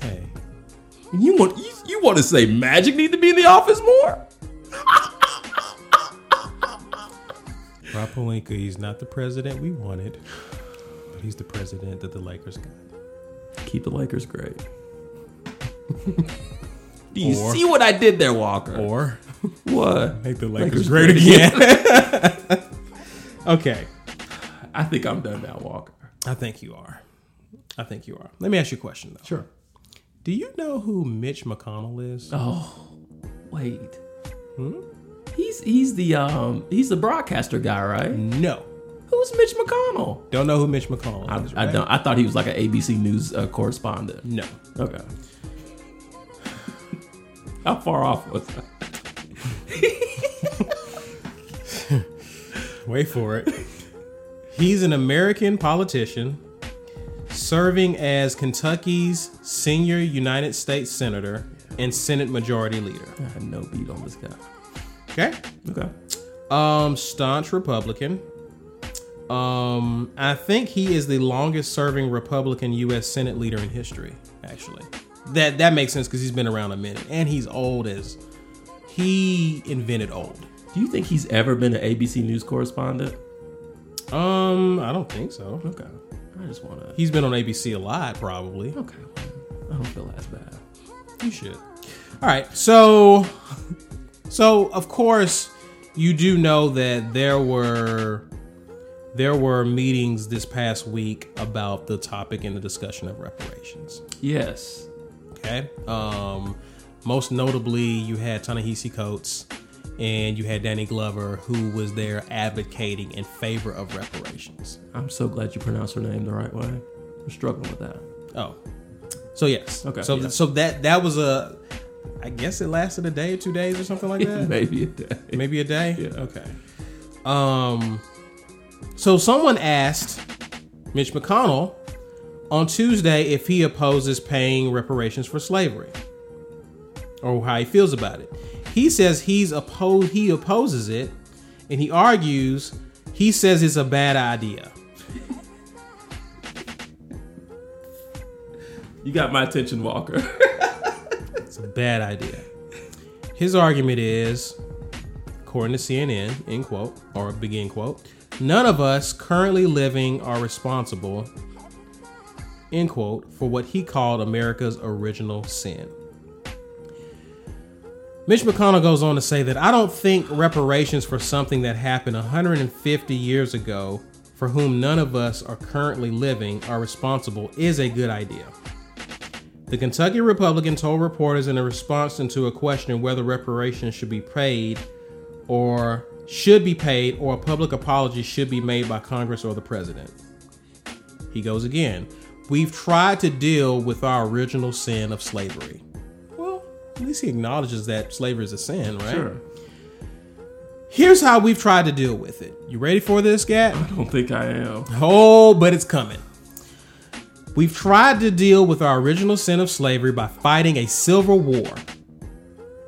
Hey. And you want you, you want to say Magic need to be in the office more? Rob Palenka, he's not the president we wanted, but he's the president that the Lakers got. Keep the Lakers great. <laughs> Do you Or- see what I did there, Walker? Or what? make the Lakers, great <laughs> again. okay. I think I'm done now, Walker. I think you are. I think you are. Let me ask you a question though. Sure. Do you know who Mitch McConnell is? Oh, wait. Hmm? He's he's the um he's the broadcaster guy, right? No. Who's Mitch McConnell? Don't know who Mitch McConnell I, is. I right? don't. I thought he was like an ABC News uh, correspondent. No. Okay. <laughs> How far off was I? Wait for it. <laughs> He's an American politician serving as Kentucky's senior United States Senator and Senate Majority Leader. I had no beat on this guy. Okay. Okay. Um, staunch Republican. Um, I think he is the longest serving Republican U.S. Senate leader in history, actually. That that makes sense because he's been around a minute and he's old as he invented old. Do you think he's ever been an ABC News correspondent? Um, I don't think so. Okay. I just want to. He's been on ABC a lot, probably. Okay. I don't feel as bad. You should. All right. So, so of course, you do know that there were there were meetings this past week about the topic and the discussion of reparations. Yes. Okay. Um, most notably, you had Ta-Nehisi Coates and you had Danny Glover, who was there advocating in favor of reparations. I'm so glad you pronounced her name the right way. I'm struggling with that. <laughs> Oh, so yes. Okay, So yeah. so that that was a. I guess it lasted a day, two days, or something like that. Maybe a day. Maybe a day. Yeah. Okay. Um. So someone asked Mitch McConnell on Tuesday if he opposes paying reparations for slavery, or how he feels about it. He says he's opposed. He opposes it, and he argues. He says it's a bad idea. You got my attention, Walker. <laughs> It's a bad idea. His argument is, according to CNN, end quote, or begin quote, none of us currently living are responsible end quote, for what he called America's original sin. Mitch McConnell goes on to say that I don't think reparations for something that happened 150 years ago, for whom none of us are currently living, are responsible, is a good idea. The Kentucky Republican told reporters in a response into a question whether reparations should be paid or should be paid or a public apology should be made by Congress or the president. He goes again. We've tried to deal with our original sin of slavery. Well, at least he acknowledges that slavery is a sin, right? Sure. Here's how we've tried to deal with it. You ready for this, Gat? I don't think I am. Oh, but it's coming. We've tried to deal with our original sin of slavery by fighting a civil war.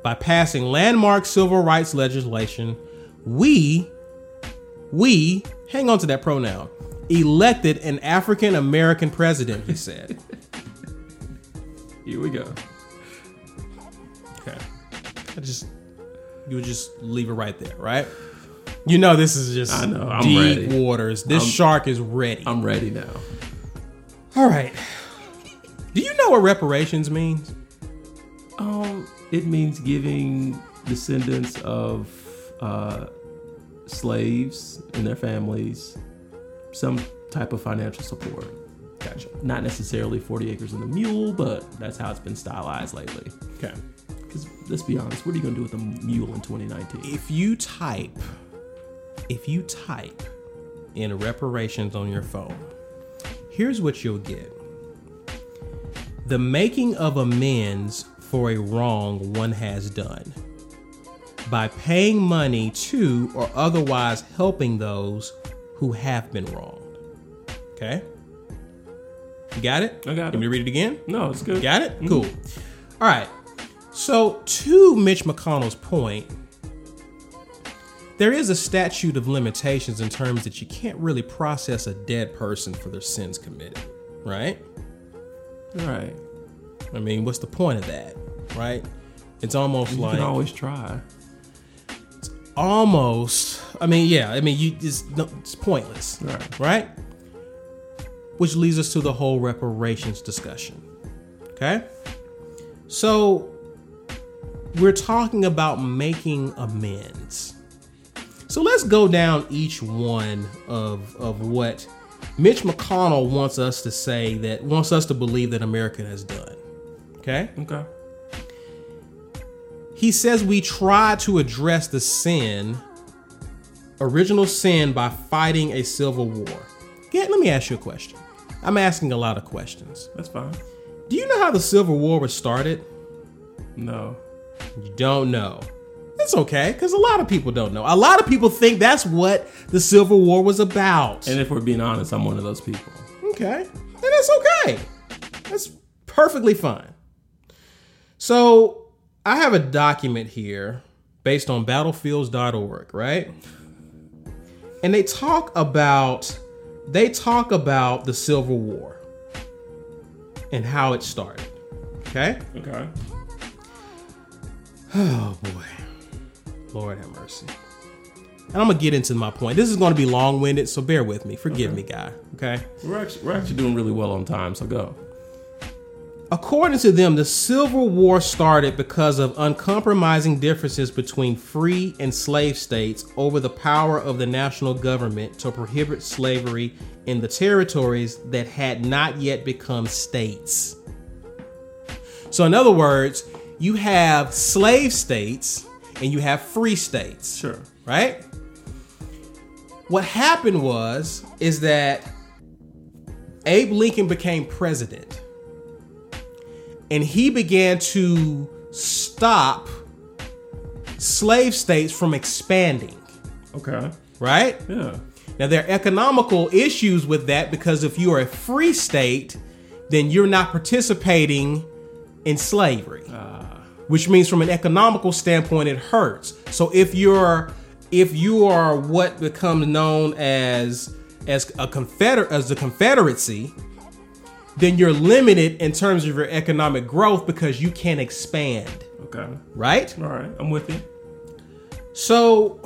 By passing landmark civil rights legislation, we, we, hang on to that pronoun, elected an African American president, he said. Here we go. Okay. I just you would just leave it right there, right? You know this is just I know, I'm deep ready. waters. This I'm- shark is ready. I'm ready now. All right. Do you know what reparations means? Um, it means giving descendants of uh, slaves and their families some type of financial support. Gotcha. Not necessarily 40 acres and a mule, but that's how it's been stylized lately. Okay. Because let's be honest, what are you going to do with a mule in 2019? If you type, if you type in reparations on your phone, here's what you'll get the making of amends for a wrong one has done by paying money to or otherwise helping those who have been wronged. Okay? You got it? I got it. Let me read it again. No, it's good. Got it? Cool. All right. So, to Mitch McConnell's point, there is a statute of limitations in terms that you can't really process a dead person for their sins committed, right? All right. I mean, what's the point of that, right? It's almost You like can always try. almost. I mean, yeah. I mean, you it's, no, it's pointless, Right. right? Which leads us to the whole reparations discussion. Okay? So we're talking about making amends. So let's go down each one of of what Mitch McConnell wants us to say that wants us to believe that America has done. Okay? Okay. He says we try to address the sin, original sin, by fighting a civil war. Get, let me ask you a question. I'm asking a lot of questions. That's fine. Do you know how the Civil War was started? No. You don't know. That's okay, because a lot of people don't know. A lot of people think that's what the Civil War was about. And if we're being honest, I'm one of those people. Okay. And that's okay. That's perfectly fine. So I have a document here based on battlefields.org, right? And they talk about they talk about the Civil War and how it started. Okay? Okay. Oh boy. Lord have mercy. And I'm gonna get into my point. This is gonna be long-winded, so bear with me. Forgive me, guy. Okay. We're actually, we're actually doing really well on time, so go. According to them, the Civil War started because of uncompromising differences between free and slave states over the power of the national government to prohibit slavery in the territories that had not yet become states. So, in other words, you have slave states and you have free states Sure. right? What happened was is that Abe Lincoln became president. And he began to stop slave states from expanding, Okay. right? Yeah. Now there are economical issues with that because if you are a free state, then you're not participating in slavery. which means from an economical standpoint it hurts. So if you're if you are what becomes known as as a confederate as the confederacy, then you're limited in terms of your economic growth because you can't expand, Okay. right? All right. I'm with you. So,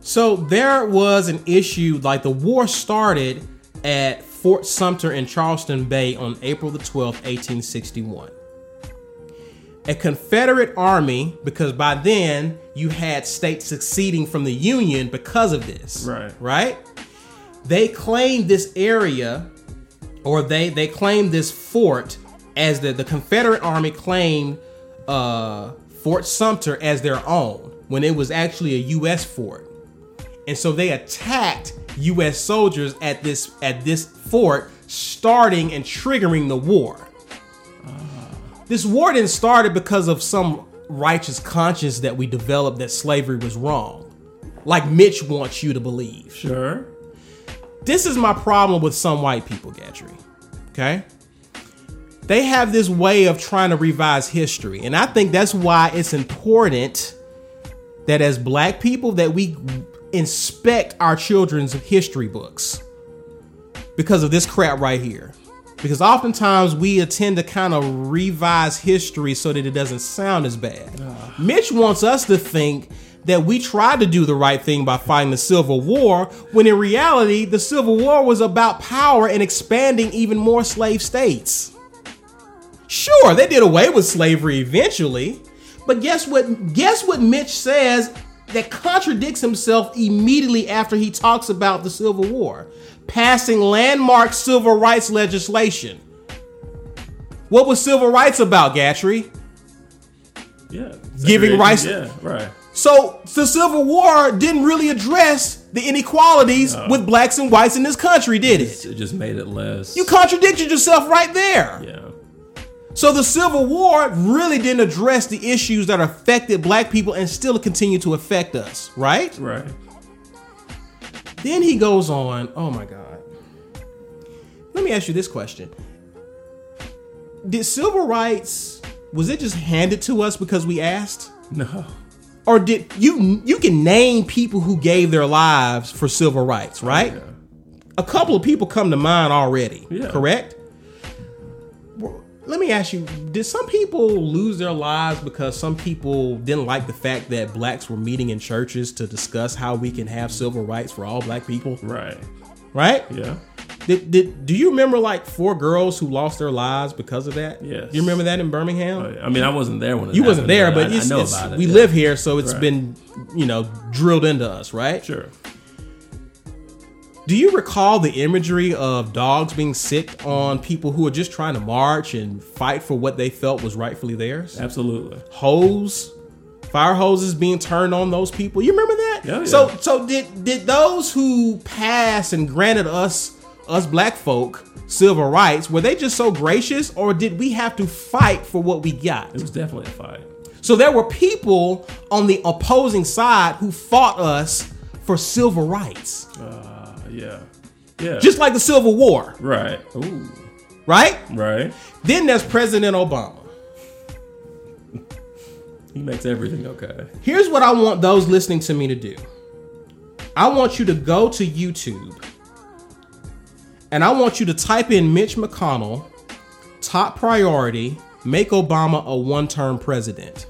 so there was an issue. Like the war started at Fort Sumter in Charleston Bay on April the 12th, 1861. A Confederate army, because by then you had states seceding from the Union because of this. Right. Right? They claimed this area or they they claimed this fort as the, the Confederate Army claimed uh, Fort Sumter as their own when it was actually a U.S. fort, and so they attacked U.S. soldiers at this at this fort, starting and triggering the war. This war didn't start it because of some righteous conscience that we developed that slavery was wrong, like Mitch wants you to believe Sure. this is my problem with some white people, Gatry. Okay? They have this way of trying to revise history. And I think that's why it's important that as black people that we inspect our children's history books because of this crap right here. Because oftentimes we tend to kind of revise history so that it doesn't sound as bad. Mitch wants us to think that we tried to do the right thing by fighting the Civil War, when in reality, the Civil War was about power and expanding even more slave states. Sure, they did away with slavery eventually, but guess what? Guess what Mitch says that contradicts himself immediately after he talks about the Civil War, passing landmark civil rights legislation. What was civil rights about, Gatry? Yeah. Giving rights- Yeah. Right. So the Civil War didn't really address the inequalities with blacks and whites in this country, did it? It just made it less. You contradicted yourself right there. Yeah. So the Civil War really didn't address the issues that affected black people and still continue to affect us, right? Right. Then he goes on, oh my God. Let me ask you this question. Did civil rights was it just handed to us because we asked? No. Or did you you can name people who gave their lives for civil rights, right? Yeah. a couple of people come to mind already, Yeah. correct? Well, Let me ask you, did some people lose their lives because some people didn't like the fact that blacks were meeting in churches to discuss how we can have civil rights for all black people, Right. right? Yeah. Did, did, do you remember like four girls who lost their lives because of that? Yes. You remember that in Birmingham? Oh, yeah. I mean, I wasn't there when it You wasn't happened, there, but I- it's, I know it's- about it. we yeah. live here, so it's Right. been, you know, drilled into us, right? Sure. Do you recall the imagery of dogs being sick on people who are just trying to march and fight for what they felt was rightfully theirs? Absolutely. Hose, fire hoses being turned on those people. You remember that? Yeah, yeah. So, so did did those who passed and granted us us black folk civil rights were they just so gracious, or did we have to fight for what we got? It was definitely a fight. So there were people on the opposing side who fought us for civil rights, Uh, yeah. Yeah. just like the Civil War, right. Ooh. right? Right. Then there's President Obama. He makes everything okay. Here's what I want those listening to me to do I want you to go to YouTube and I want you to type in Mitch McConnell, top priority, make Obama a one term president.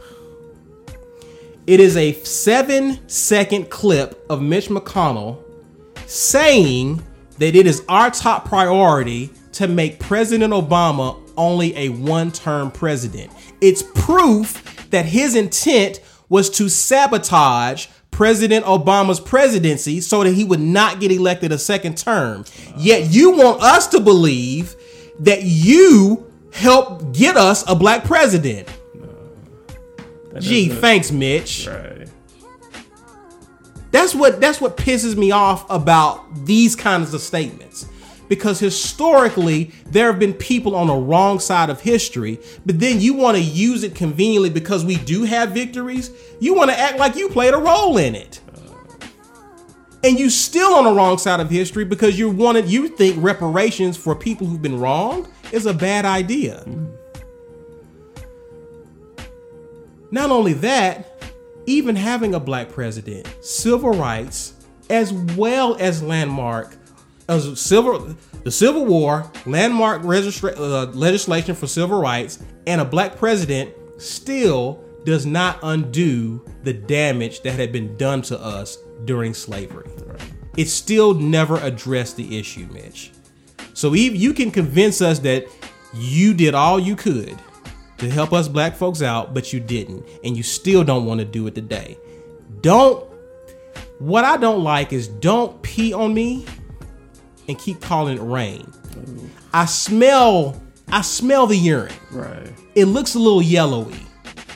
It is a seven second clip of Mitch McConnell saying that it is our top priority to make President Obama only a one term president. It's proof that his intent was to sabotage President Obama's presidency so that he would not get elected a second term. Yet you want us to believe that you helped get us a black president. That Gee, doesn't- thanks, Mitch. Right. That's what that's what pisses me off about these kinds of statements. Because historically, there have been people on the wrong side of history, but then you want to use it conveniently because we do have victories. You want to act like you played a role in it. And you still on the wrong side of history because you wanted you think reparations for people who've been wronged is a bad idea. Not only that, even having a black president, civil rights, as well as landmark, as civil, the Civil War, landmark registra- uh, legislation for civil rights, and a black president still does not undo the damage that had been done to us during slavery. It still never addressed the issue, Mitch. So Eve, you can convince us that you did all you could to help us black folks out, but you didn't, and you still don't want to do it today. Don't. What I don't like is don't pee on me and keep calling it rain. I smell. I smell the urine. Right. It looks a little yellowy,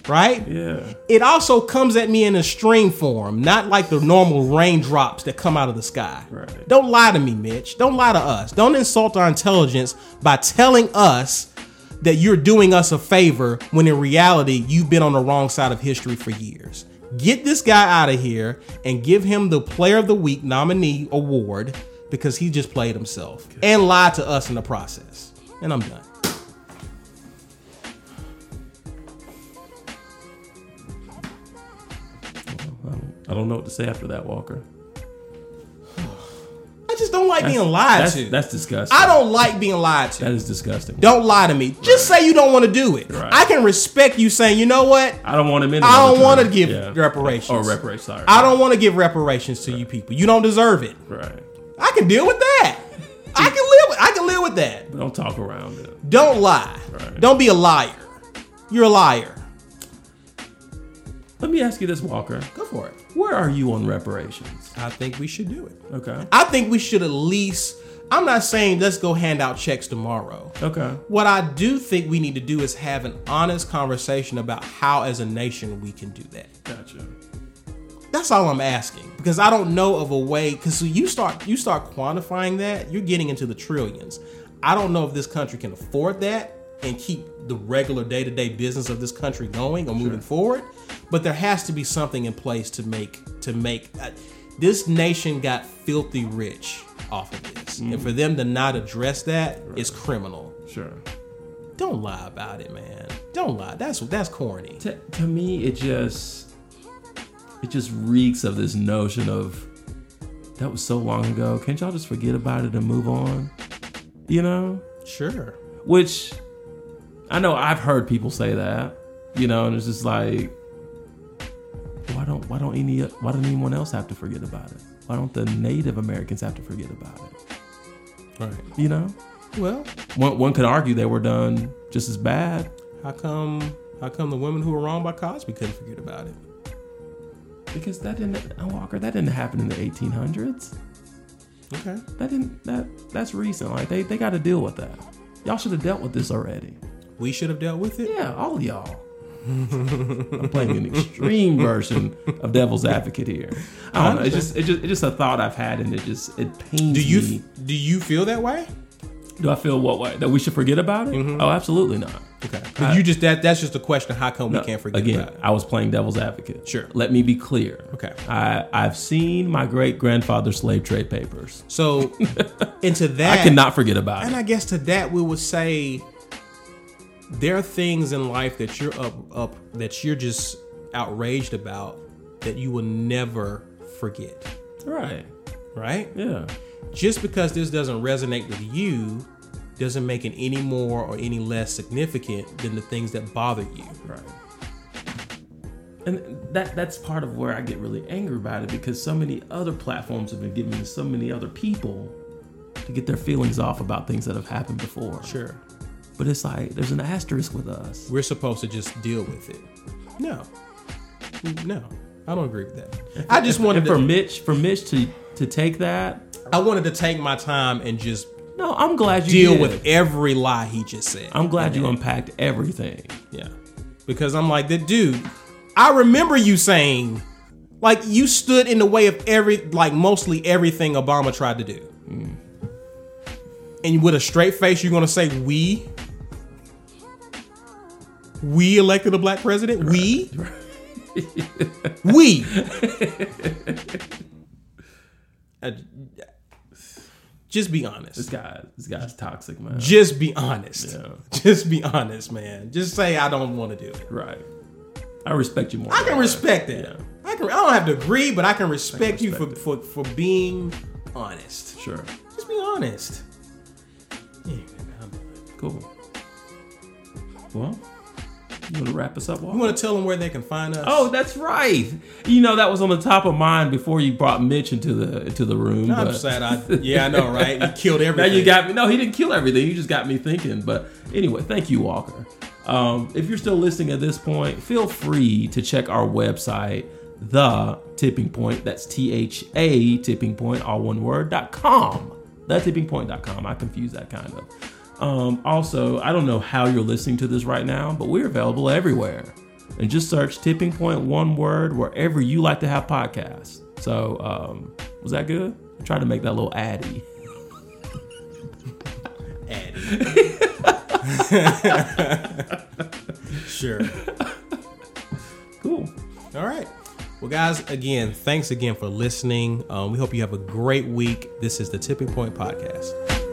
right? Yeah. It also comes at me in a stream form, not like the normal raindrops that come out of the sky. Right. Don't lie to me, Mitch. Don't lie to us. Don't insult our intelligence by telling us that you're doing us a favor when in reality you've been on the wrong side of history for years. Get this guy out of here and give him the Player of the Week nominee award because he just played himself and lied to us in the process. And I'm done. I don't, I don't know what to say after that, Walker. I just don't like being lied That's, to. that's disgusting. I don't like being lied to. That is disgusting. Don't lie to me. Just say you don't want to do it. Right. I can respect you saying, you know what? I don't want him in. I don't another want to time. give Yeah. reparations. Or reparations. Sorry. I don't want to give reparations to you people. You don't deserve it. Right. I can deal with that. I can live. With, I can live with that. But don't talk around it. Don't lie. Right. Don't be a liar. You're a liar. Let me ask you this, Walker. Go for it. Where are you on reparations? I think we should do it. Okay. I think we should at least. I'm not saying let's go hand out checks tomorrow. Okay. What I do think we need to do is have an honest conversation about how, as a nation, we can do that. Gotcha. That's all I'm asking because I don't know of a way. Because you start you start quantifying that, you're getting into the trillions. I don't know if this country can afford that and keep the regular day to day business of this country going or moving forward. But there has to be something in place to make to make uh, this nation got filthy rich off of this, and for them to not address that is criminal. Sure. Don't lie about it, man. Don't lie. That's that's corny. To, to me, it just it just reeks of this notion of that was so long ago. Can't y'all just forget about it and move on? You know. Sure. which I know I've heard people say that, you know, and it's just like, why don't why don't any why don't anyone else have to forget about it? Why don't the Native Americans have to forget about it? Right. You know, Well, one one could argue they were done just as bad. How come? How come the women who were wronged by Cosby couldn't forget about it? Because that didn't, uh, Walker. That didn't happen in the 1800s. Okay. That didn't. That that's recent. Like they, they got to deal with that. Y'all should have dealt with this already. We should have dealt with it. Yeah, all of y'all. I'm playing an extreme version of devil's advocate here. I don't know. It's just, it's just, it's just a thought I've had, and it just, it pains Do you me. do you feel that way? Do I feel what way that we should forget about it? Oh, absolutely not. Okay. But you just that that's just a question. How come No, we can't forget Again, about it? I was playing devil's advocate. Sure. Let me be clear. Okay. I, I've seen my great grandfather's slave trade papers. <laughs> So, into that, I cannot forget about And it. I guess to that we would say there are things in life that you're up up that you're just outraged about that you will never forget, right. right? Yeah. just because this doesn't resonate with you doesn't make it any more or any less significant than the things that bother you. Right. And that that's part of where I get really angry about it because so many other platforms have been giving to so many other people to get their feelings off about things that have happened before. Sure. But it's like there's an asterisk with us. We're supposed to just deal with it. No. No. I don't agree with that. I just wanted And for to, Mitch, for Mitch to to take that, I wanted to take my time and just no, I'm glad you deal did. with every lie he just said. I'm glad you unpacked everything. Yeah. Because I'm like, the dude, I remember you saying, like, you stood in the way of every, like, mostly everything Obama tried to do. And with a straight face, you're going to say, we? We elected a black president? We? we? Uh, just be This honest. guy, this guy's toxic, man. Just be honest. Yeah. Just be honest, man. Just say, I don't want to do it. Right. I respect you more. I can than respect that. Yeah. I can. I don't have to agree, but I can respect, you for, respect for for being honest. Sure. Just be honest. Anyway, man, I'm- Cool. Well, you You want to wrap us up? Walker? You want to tell them where they can find us? Oh, that's right. You know that was on the top of mine before you brought Mitch into the into the room. I'm but- sad. <laughs> I, yeah, I know, right? You killed now everything. you got me. No, he didn't kill everything. You just got me thinking. But anyway, thank you, Walker. Um, if you're still listening at this point, feel free to check our website, The Tipping Point. That's T H A Tipping Point, all one word, dot com. TheTippingPoint.com. I confuse that kind of. Um, also, I don't know how you're listening to this right now, but we're available everywhere. And just search Tipping Point one word wherever you like to have podcasts. So, um, was that good? I tried to make that a little addy. <laughs> sure. <laughs> Cool. All right. Well, guys, again, thanks again for listening. Um, we hope you have a great week. This is the Tipping Point Podcast.